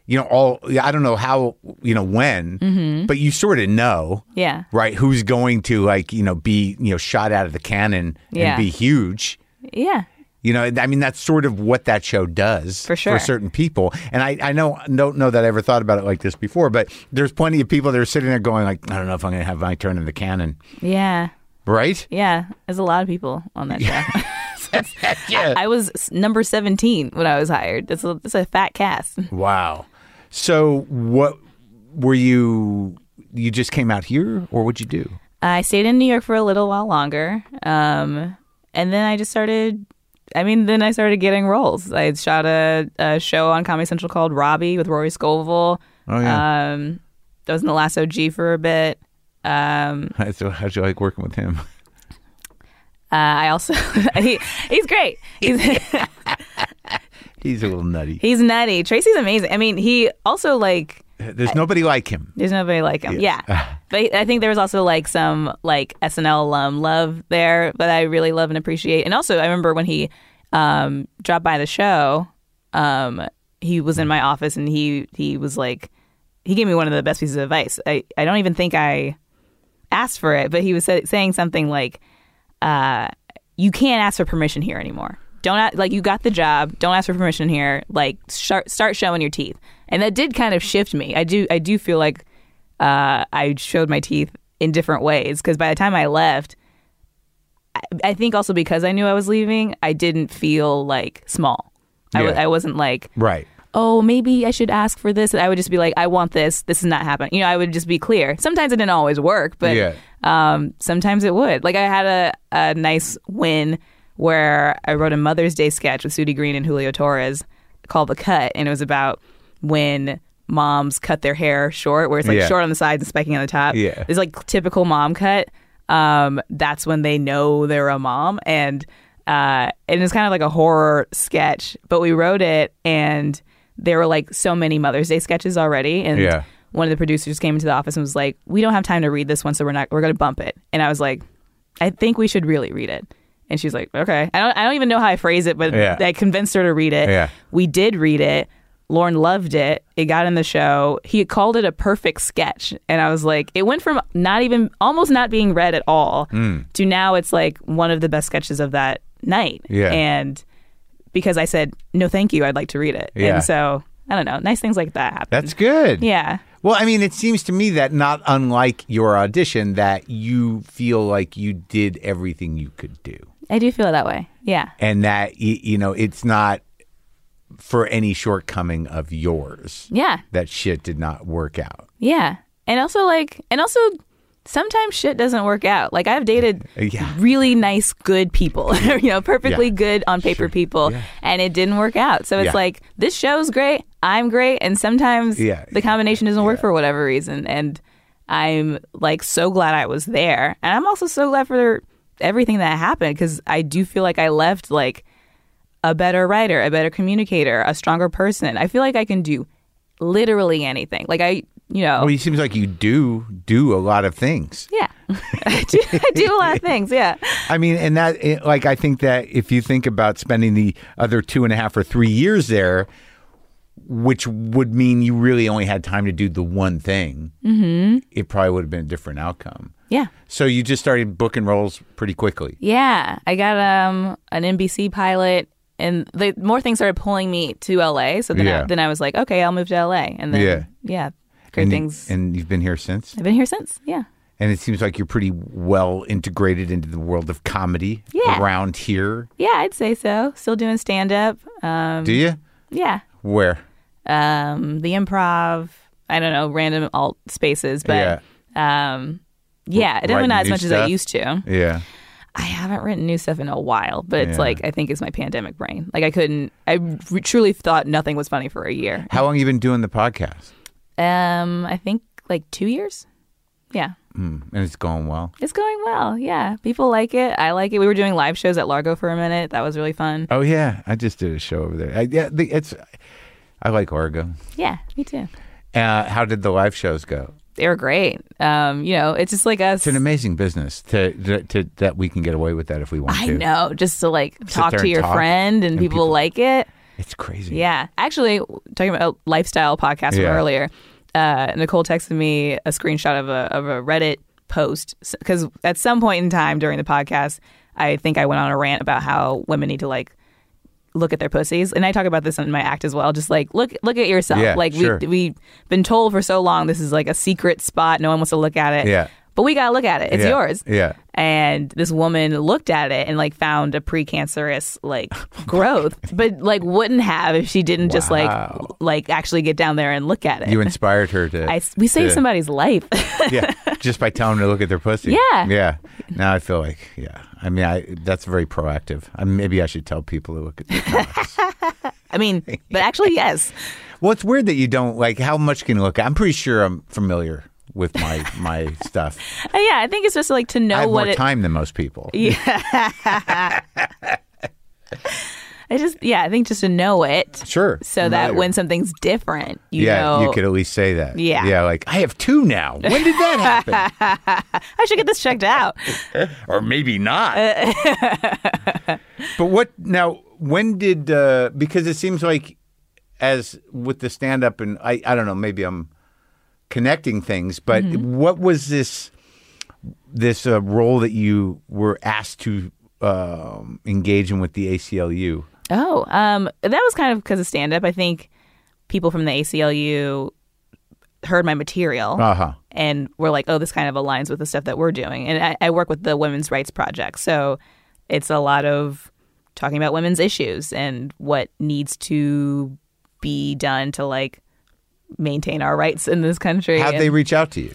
You know, all I don't know how, you know, when, but you sort of know,
Mm-hmm. yeah.
right? Who's going to like, you know, be you know shot out of the cannon
Yeah.
and be huge.
Yeah.
You know, I mean, that's sort of what that show does
For sure.
certain people. And I, I know don't know that I ever thought about it like this before, but there's plenty of people that are sitting there going like, I don't know if I'm going to have my turn in the cannon,
Yeah.
right?
Yeah. There's a lot of people on that show.
Yeah.
I was s- number 17 when I was hired. That's a, that's a fat cast.
wow. So what were you? You just came out here, or what'd you do?
I stayed in New York for a little while longer. Um, and then I just started, I mean, then I started getting roles. I had shot a, a show on Comedy Central called Robbie with Rory Scovel.
Oh, yeah.
Um, that was in the last OG for a bit. Um,
So how'd you like working with him?
uh, I also, he, he's great. He's,
He's a little nutty.
he's nutty. Tracy's amazing. I mean, he also like,
There's nobody like him.
There's nobody like him. Yeah. but I think there was also like some like SNL alum love there that I really love and appreciate. And also I remember when he um dropped by the show, um he was in my office and he he was like he gave me one of the best pieces of advice. I I don't even think I asked for it, but he was sa- saying something like uh you can't ask for permission here anymore. Don't ask, like you got the job. Don't ask for permission here. Like start start showing your teeth, and that did kind of shift me. I do I do feel like uh, I showed my teeth in different ways because by the time I left, I, I think also because I knew I was leaving, I didn't feel like small. I w-
Yeah.
I wasn't like
Right.
oh, maybe I should ask for this. And I would just be like, I want this. This is not happening. You know, I would just be clear. Sometimes it didn't always work, but
Yeah.
um, sometimes it would. Like I had a, a nice win where I wrote a Mother's Day sketch with Sudie Green and Julio Torres called The Cut, and it was about when moms cut their hair short, where it's like
Yeah.
short on the sides and spiking on the top.
Yeah.
It's like typical mom cut. Um, that's when they know they're a mom. And uh, and it's kind of like a horror sketch, but we wrote it and there were like so many Mother's Day sketches already. And
Yeah.
one of the producers came into the office and was like, We don't have time to read this one, so we're not we're gonna bump it. And I was like, I think we should really read it. And she's like, Okay. I don't I don't even know how I phrase it, but
Yeah.
I convinced her to read it.
Yeah.
We did read it. Lorne loved it. It got in the show. He called it a perfect sketch. And I was like, it went from not even almost not being read at all
Mm.
to now it's like one of the best sketches of that night.
Yeah.
And because I said, no, thank you, I'd like to read it.
Yeah.
And so I don't know. Nice things like that happen.
That's good.
yeah.
Well, I mean, it seems to me that not unlike your audition, that you feel like you did everything you could do,
I do feel that way. Yeah.
and that y- you know it's not for any shortcoming of yours
Yeah.
that shit did not work out.
Yeah. And also like and also sometimes shit doesn't work out. Like I've dated
Yeah.
really nice good people, you know, perfectly
Yeah.
good on paper people and it didn't work out. So it's
Yeah.
like this show's great, I'm great and sometimes
Yeah.
the combination doesn't work for whatever reason and I'm like so glad I was there. And I'm also so glad for everything that happened cuz I do feel like I left like a better writer, a better communicator, a stronger person. I feel like I can do literally anything. Like I, you know,
Well, it seems like you do do a lot of things.
yeah, I do, I do a lot of things. Yeah,
I mean, and that, it- like, I think that if you think about spending the other two and a half or three years there, which would mean you really only had time to do the one thing, it probably would have been a different outcome.
yeah,
So you just started booking roles pretty quickly.
yeah. I got um an NBC pilot, and the more things started pulling me to LA. So then,
Yeah.
I, then I was like, okay, I'll move to LA, and then
Yeah.
yeah, great
and, you-
things.
and you've been here since.
I've been here since. Yeah,
And it seems like you're pretty well integrated into the world of comedy
Yeah.
around here.
yeah, I'd say so. Still doing stand up. Um,
Do you?
yeah,
Where?
um, the improv. I don't know, random alt spaces, but um, yeah, definitely
writing
not as
new
much as I
stuff?
used to.
Yeah.
I haven't written new stuff in a while, but it's
Yeah.
like I think it's my pandemic brain. Like I couldn't. I r- truly thought nothing was funny for a year.
How long you been doing the podcast?
Um, I think like two years. Yeah,
Hmm. And it's going well.
it's going well. Yeah, people like it. I like it. We were doing live shows at Largo for a minute. That was really fun.
Oh yeah, I just did a show over there. I, yeah, the, it's I like Oregon.
Yeah, me too.
Uh, how did the live shows go?
They were great. Um, you know, it's just like us.
It's an amazing business to, to, to that we can get away with that if we want
I
to.
know, just to like talk
there
to
and
your
talk,
friend and,
and
people,
people-
like it.
It's crazy.
Yeah, actually, talking about a lifestyle podcast from
Yeah.
earlier, uh, Nicole texted me a screenshot of a of a Reddit post because at some point in time during the podcast, I think I went on a rant about how women need to like look at their pussies, and I talk about this in my act as well. Just like look look at yourself.
Yeah,
like
sure.
we we've been told for so long this is like a secret spot. No one wants to look at it.
Yeah.
But we gotta look at it. It's
Yeah.
yours
Yeah.
and this woman looked at it and like found a precancerous like growth but like wouldn't have if she didn't just like
Wow.
like actually get down there and look at it
You inspired her to.
I, we saved
to-
somebody's life
yeah, just by telling her to look at their pussy.
Yeah.
Yeah. Now I feel like, yeah. I mean, I that's very proactive. I, maybe I should tell people to look at their cocks.
i mean but actually yes
well, it's weird that you don't like how much can you look at. I'm pretty sure I'm familiar with my my stuff.
Uh, yeah i think it's just like to know
I have
what
more
it
time than most people.
i just yeah i think just to know it
Sure.
so
I'm
that
either.
when something's different you
yeah,
know
you could at least say that.
Yeah.
Yeah, like I have two now. When did that happen?
i should get this checked out
or maybe not.
Uh,
but what now? When did uh, because it seems like as with the stand up and I I don't know maybe I'm connecting things, but
Mm-hmm.
what was this this uh, role that you were asked to um, engage in with the ACLU?
Oh, um, that was kind of because of stand up. I think people from the ACLU heard my material
Uh-huh.
and were like, oh, this kind of aligns with the stuff that we're doing. And I, I work with the Women's Rights Project. So it's a lot of talking about women's issues and what needs to be done to like maintain our rights in this country.
How'd
And-
they reach out to you?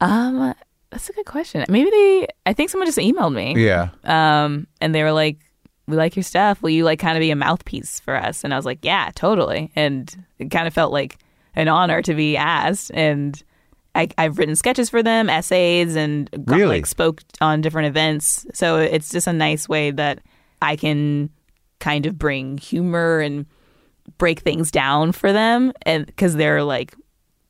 um, that's a good question. Maybe they, I think someone just emailed me
Yeah.
um, and they were like, we like your stuff. Will you like kind of be a mouthpiece for us? And I was like, yeah, totally. And it kind of felt like an honor to be asked. And I, I've written sketches for them, essays, and got,
Really?
like spoke on different events. So it's just a nice way that I can kind of bring humor and break things down for them, and because they're like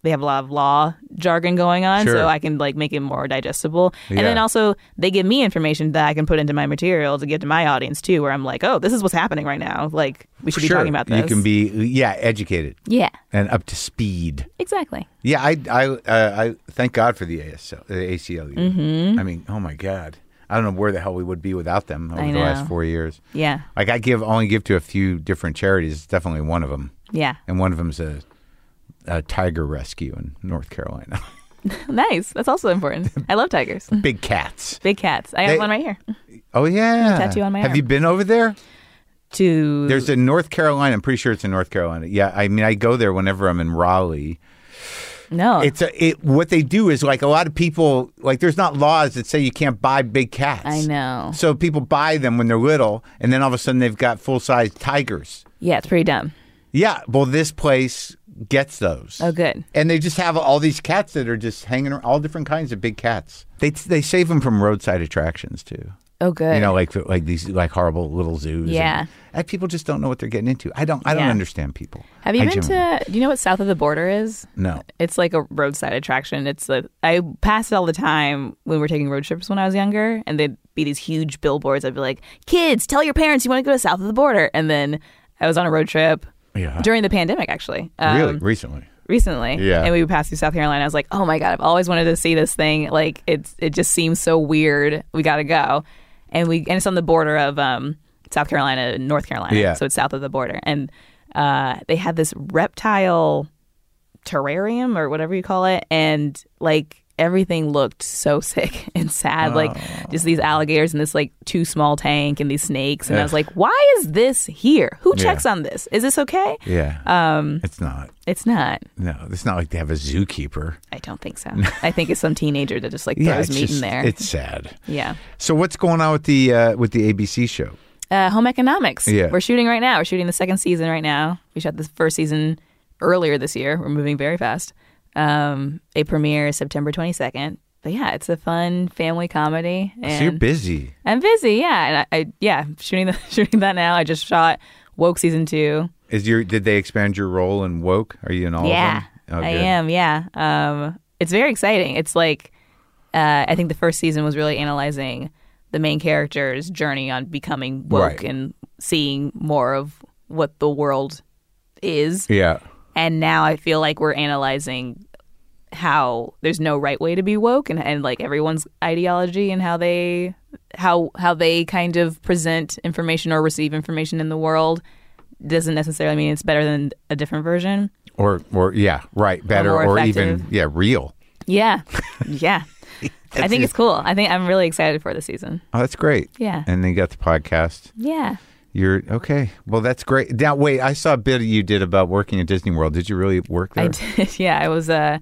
they have a lot of law jargon going on,
Sure.
so I can like make it more digestible. And then
Yeah.
also they give me information that I can put into my material to give to my audience too, where I'm like, oh, this is what's happening right now. Like we should be
sure.
talking about this.
You can be yeah educated
yeah,
and up to speed.
exactly.
Yeah, I I uh, I thank God for the ASL, the ACLU. Mm-hmm. I mean, oh my God, I don't know where the hell we would be without them over
I
the last
know.
four years.
Yeah,
Like I give only give to a few different charities. It's definitely one of them,
yeah.
and one of them's a, a tiger rescue in North Carolina.
Nice. That's also important. I love tigers.
Big cats.
Big cats. I
They-
have one right here.
Oh yeah,
Tattoo on my
Have
arm.
you been over there?
To
There's a North Carolina. I'm pretty sure it's in North Carolina. Yeah, I mean, I go there whenever I'm in Raleigh.
no.
It's a, it. What they do is like a lot of people like. There's not laws that say you can't buy big cats.
I know.
So people buy them when they're little, and then all of a sudden they've got full size tigers.
Yeah, it's pretty dumb.
Yeah. Well, this place gets those.
Oh, good.
And they just have all these cats that are just hanging around, all different kinds of big cats. They they save them from roadside attractions too.
Oh, good.
You know, like like these like horrible little zoos. and-
Yeah.
and people just don't know what they're getting into. I don't. I don't
Yeah.
understand people.
have you
I
been
genuinely-
to? Do you know what South of the Border is?
No.
It's like a roadside attraction. It's a, I pass it all the time when we're taking road trips when I was younger, and there'd be these huge billboards. I'd be like, "Kids, tell your parents you want to go to South of the Border." And then I was on a road trip
Yeah.
during the pandemic, actually, um,
really? Recently?
recently,
Yeah.
And we would pass through South Carolina. I was like, "Oh my god, I've always wanted to see this thing. Like, it's it just seems so weird. We got to go." And we and it's on the border of um, South Carolina and North Carolina,
Yeah.
so it's south of the border. And uh, they had this reptile terrarium or whatever you call it and like everything looked so sick and sad
Oh.
like just these alligators in this like too small tank and these snakes and i was like why is this here who checks on this is this okay
Yeah. Um. It's not.
it's not
No. It's not like they have a zookeeper.
i don't think so i think it's some teenager that just like throws
Yeah. It's
meat
just.
in there
It's sad.
yeah
So what's going on with the uh, with the ABC show?
uh, home economics
Yeah.
we're shooting right now we're shooting the second season right now we shot the first season earlier this year we're moving very fast um, a premiere is september 22nd but yeah it's a fun family comedy and
so you're busy.
i'm busy yeah and I, I yeah I'm shooting the, shooting that now i just shot woke season two
Is your did they expand your role in woke? Are you in all
yeah
of them? Oh,
i
good.
am yeah um, it's very exciting it's like uh, i think the first season was really analyzing the main character's journey on becoming woke
Right.
and seeing more of what the world is
Yeah.
and now i feel like we're analyzing how there's no right way to be woke and, and like everyone's ideology and how they how how they kind of present information or receive information in the world doesn't necessarily mean it's better than a different version
Or or yeah, right, better
more
or even
effective.
yeah, real.
Yeah. Yeah. I think it's cool. I think I'm really excited for the season.
Oh, that's great.
Yeah.
And then you got the podcast.
Yeah.
You're okay. Well, that's great. Now wait, I saw a bit you did about working at Disney World. Did you really work there?
I did. Yeah. I was uh,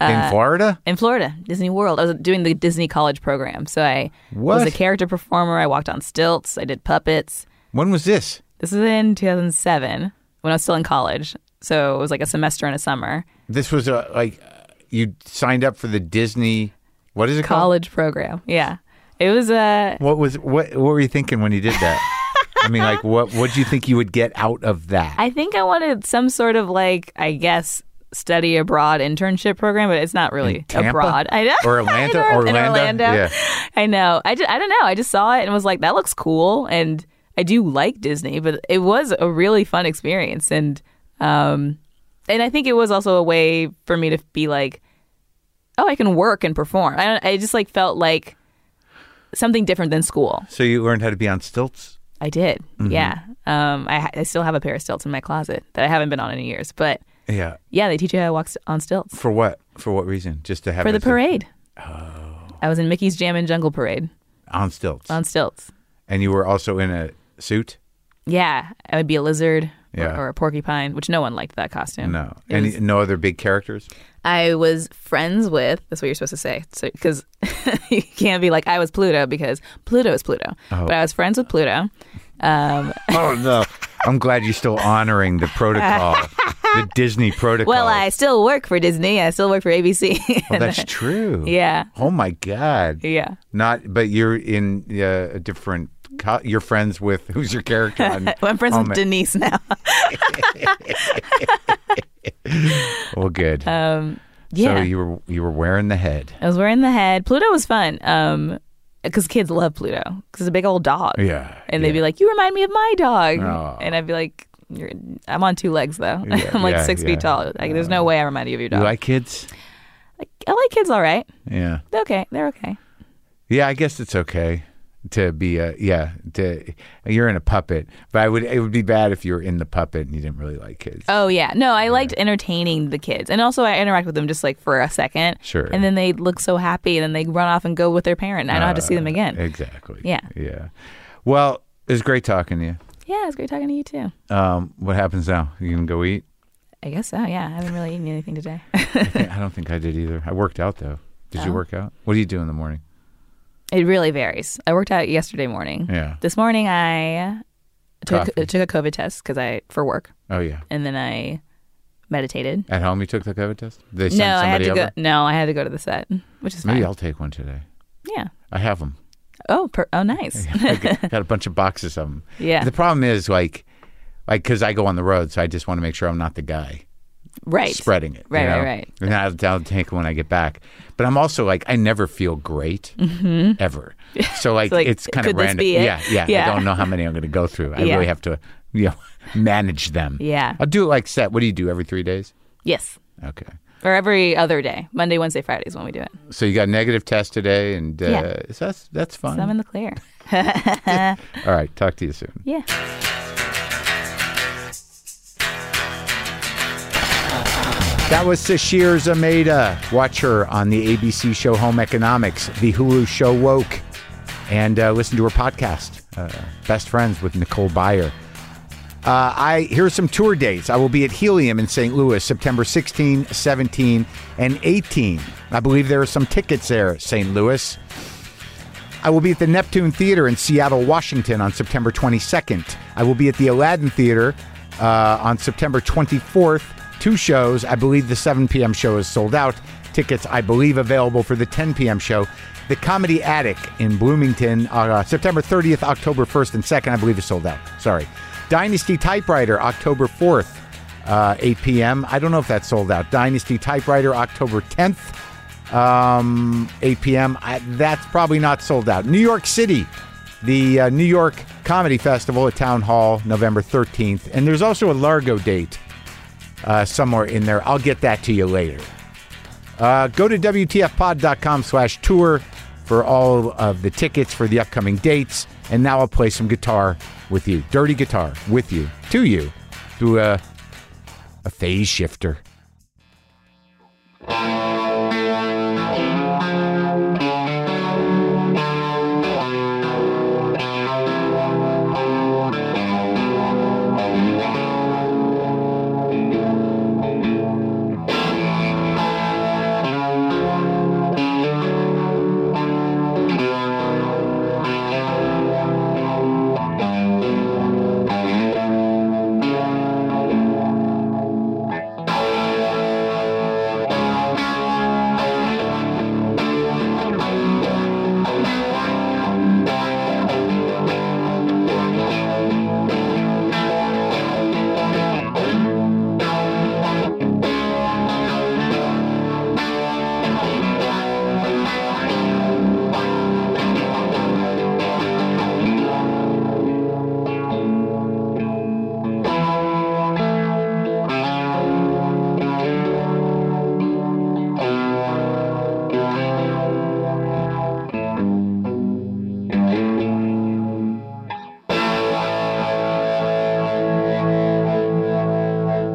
in Florida?
in Florida, Disney World. I was doing the Disney college program. So I was
What?
a character performer. I walked on stilts. I did puppets.
When was this?
This is in 2007 when I was still in college. So it was like a semester and a summer
This was a like uh, you signed up for the Disney what is it called?
college program. Yeah. It was uh,
What was what what were you thinking when you did that? I mean, like what what do you think you would get out of that?
I think I wanted some sort of like, I guess, study abroad internship program, but it's not really
Tampa?
abroad. I know.
Or
In
Atlanta?
Or- in
Orlando?
Orlando.
Yeah.
I know. I, just, I don't know. I just saw it and was like, that looks cool. And I do like Disney, but it was a really fun experience. And, um, and I think it was also a way for me to be like, oh, I can work and perform. I, don't, I just like felt like something different than school.
so you learned how to be on stilts?
I did.
Mm-hmm.
Yeah. Um, I, ha- I still have a pair of stilts in my closet that I haven't been on in years, but
Yeah.
yeah, they teach you how to walk s- on stilts
For what? For what reason? Just to have
for
it
the
to-
parade. Oh. I was in Mickey's Jam and Jungle Parade
on stilts,
on stilts.
and you were also in a suit.
Yeah, I would be a lizard or-
Yeah.
or, a porcupine, which no one liked that costume.
No,
It
and
was-
no other big characters.
I was friends with. That's what you're supposed to say, because you can't be like I was Pluto because Pluto is Pluto. But I was friends with Pluto, Um,
Oh no! I'm glad you're still honoring the protocol, the Disney protocol.
well, I still work for Disney. I still work for ABC.
Oh. Well, that's true.
yeah.
Oh my God.
Yeah.
Not, but you're in uh, a different. Co- you're friends with who's your character? On,
Well, I'm friends
Oh,
with
man.
Denise now.
Well, good.
Um, yeah.
So you were you were wearing the head.
I was wearing the head. Pluto was fun. Um, because kids love Pluto because it's a big old dog.
Yeah,
And they'd
yeah.
be like, "You remind me of my dog,"
Aw.
and I'd be like, You're, "I'm on two legs though.
Yeah,
I'm like
yeah,
six
yeah. Uh,
feet tall. Like, there's no way I remind you of your
You
dog.
like kids?
like, I like kids, all right.
Yeah.
They're okay. They're okay.
Yeah, I guess it's okay to be a yeah. To you're in a puppet, but I would it would be bad if you were in the puppet and you didn't really like kids.
Oh yeah. No, I liked entertaining the kids, and also I interact with them just like for a second.
Sure.
And then they look so happy, and then they run off and go with their parent. And I don't have to see
Uh,
them
eh.
again.
Exactly.
Yeah.
Yeah. Well, it was great talking to you.
yeah, it's great talking to you too.
Um, what happens now? You gonna go eat?
I guess so. Yeah, I haven't really eaten anything today.
I don't think I did either. I worked out though. Did
Oh.
you work out? What do you do in the morning?
It really varies. I worked out yesterday morning.
Yeah.
This morning I took
Coffee.
took a COVID test because I for work,
Oh yeah.
and then I meditated.
At home, you took the COVID test. Did They send
No, I had
somebody
to go.
over.
No, I had to go to the set, which is
Maybe
fine.
I'll take one today.
Yeah.
I have them.
Oh, per- oh, nice.
got a bunch of boxes of them.
Yeah.
The problem is like, like because I go on the road, so I just want to make sure I'm not the guy
right.
spreading it. you
Right, right,
know?
right.
And I'll, I'll take it when I get back. But I'm also like, I never feel great ever. So like,
Mm-hmm. like,
it's kind of
could this
random.
be it?
Yeah, yeah,
Yeah.
I don't know how many I'm going to go through. I
Yeah.
really have to, you know, manage them.
Yeah.
I'll do it like set. What do you do every three days?
Yes.
Okay.
Or every other day, Monday, Wednesday, Fridays when we do it.
So you got a negative test today, and uh,
Yeah.
so that's that's fine.
So I'm in the clear.
All right. Talk to you soon.
Yeah.
That was Sashir Zameda. Watch her on the ABC show Home Economics, the Hulu show Woke, and uh, listen to her podcast, uh, Best Friends with Nicole Byer. Uh, I here's some tour dates. I will be at Helium in St. Louis, September 16, 17, and 18. I believe there are some tickets there, St. Louis. I will be at the Neptune Theater in Seattle, Washington on September 22nd. I will be at the Aladdin Theater uh, on September 24th. Two shows. I believe the 7 p.m. show is sold out. Tickets, I believe, available for the 10 p.m. show. The Comedy Attic in Bloomington, uh, September 30th, October 1st, and 2nd, I believe, is sold out. Sorry. Dynasty Typewriter, October 4th, uh, 8 p.m. I don't know if that's sold out. Dynasty Typewriter, October 10th um, 8 p.m. I, that's probably not sold out. New York City, the uh, New York Comedy Festival at Town Hall, November 13th. And there's also a Largo date uh, somewhere in there. I'll get that to you later. Uh, go to WTFpod.com slash tour for all of the tickets for the upcoming dates. And now I'll play some guitar with you, dirty guitar with you, to you, through a, a phase shifter.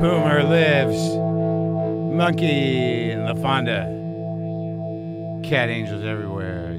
Boomer lives. Monkey in La Fonda. Cat angels everywhere.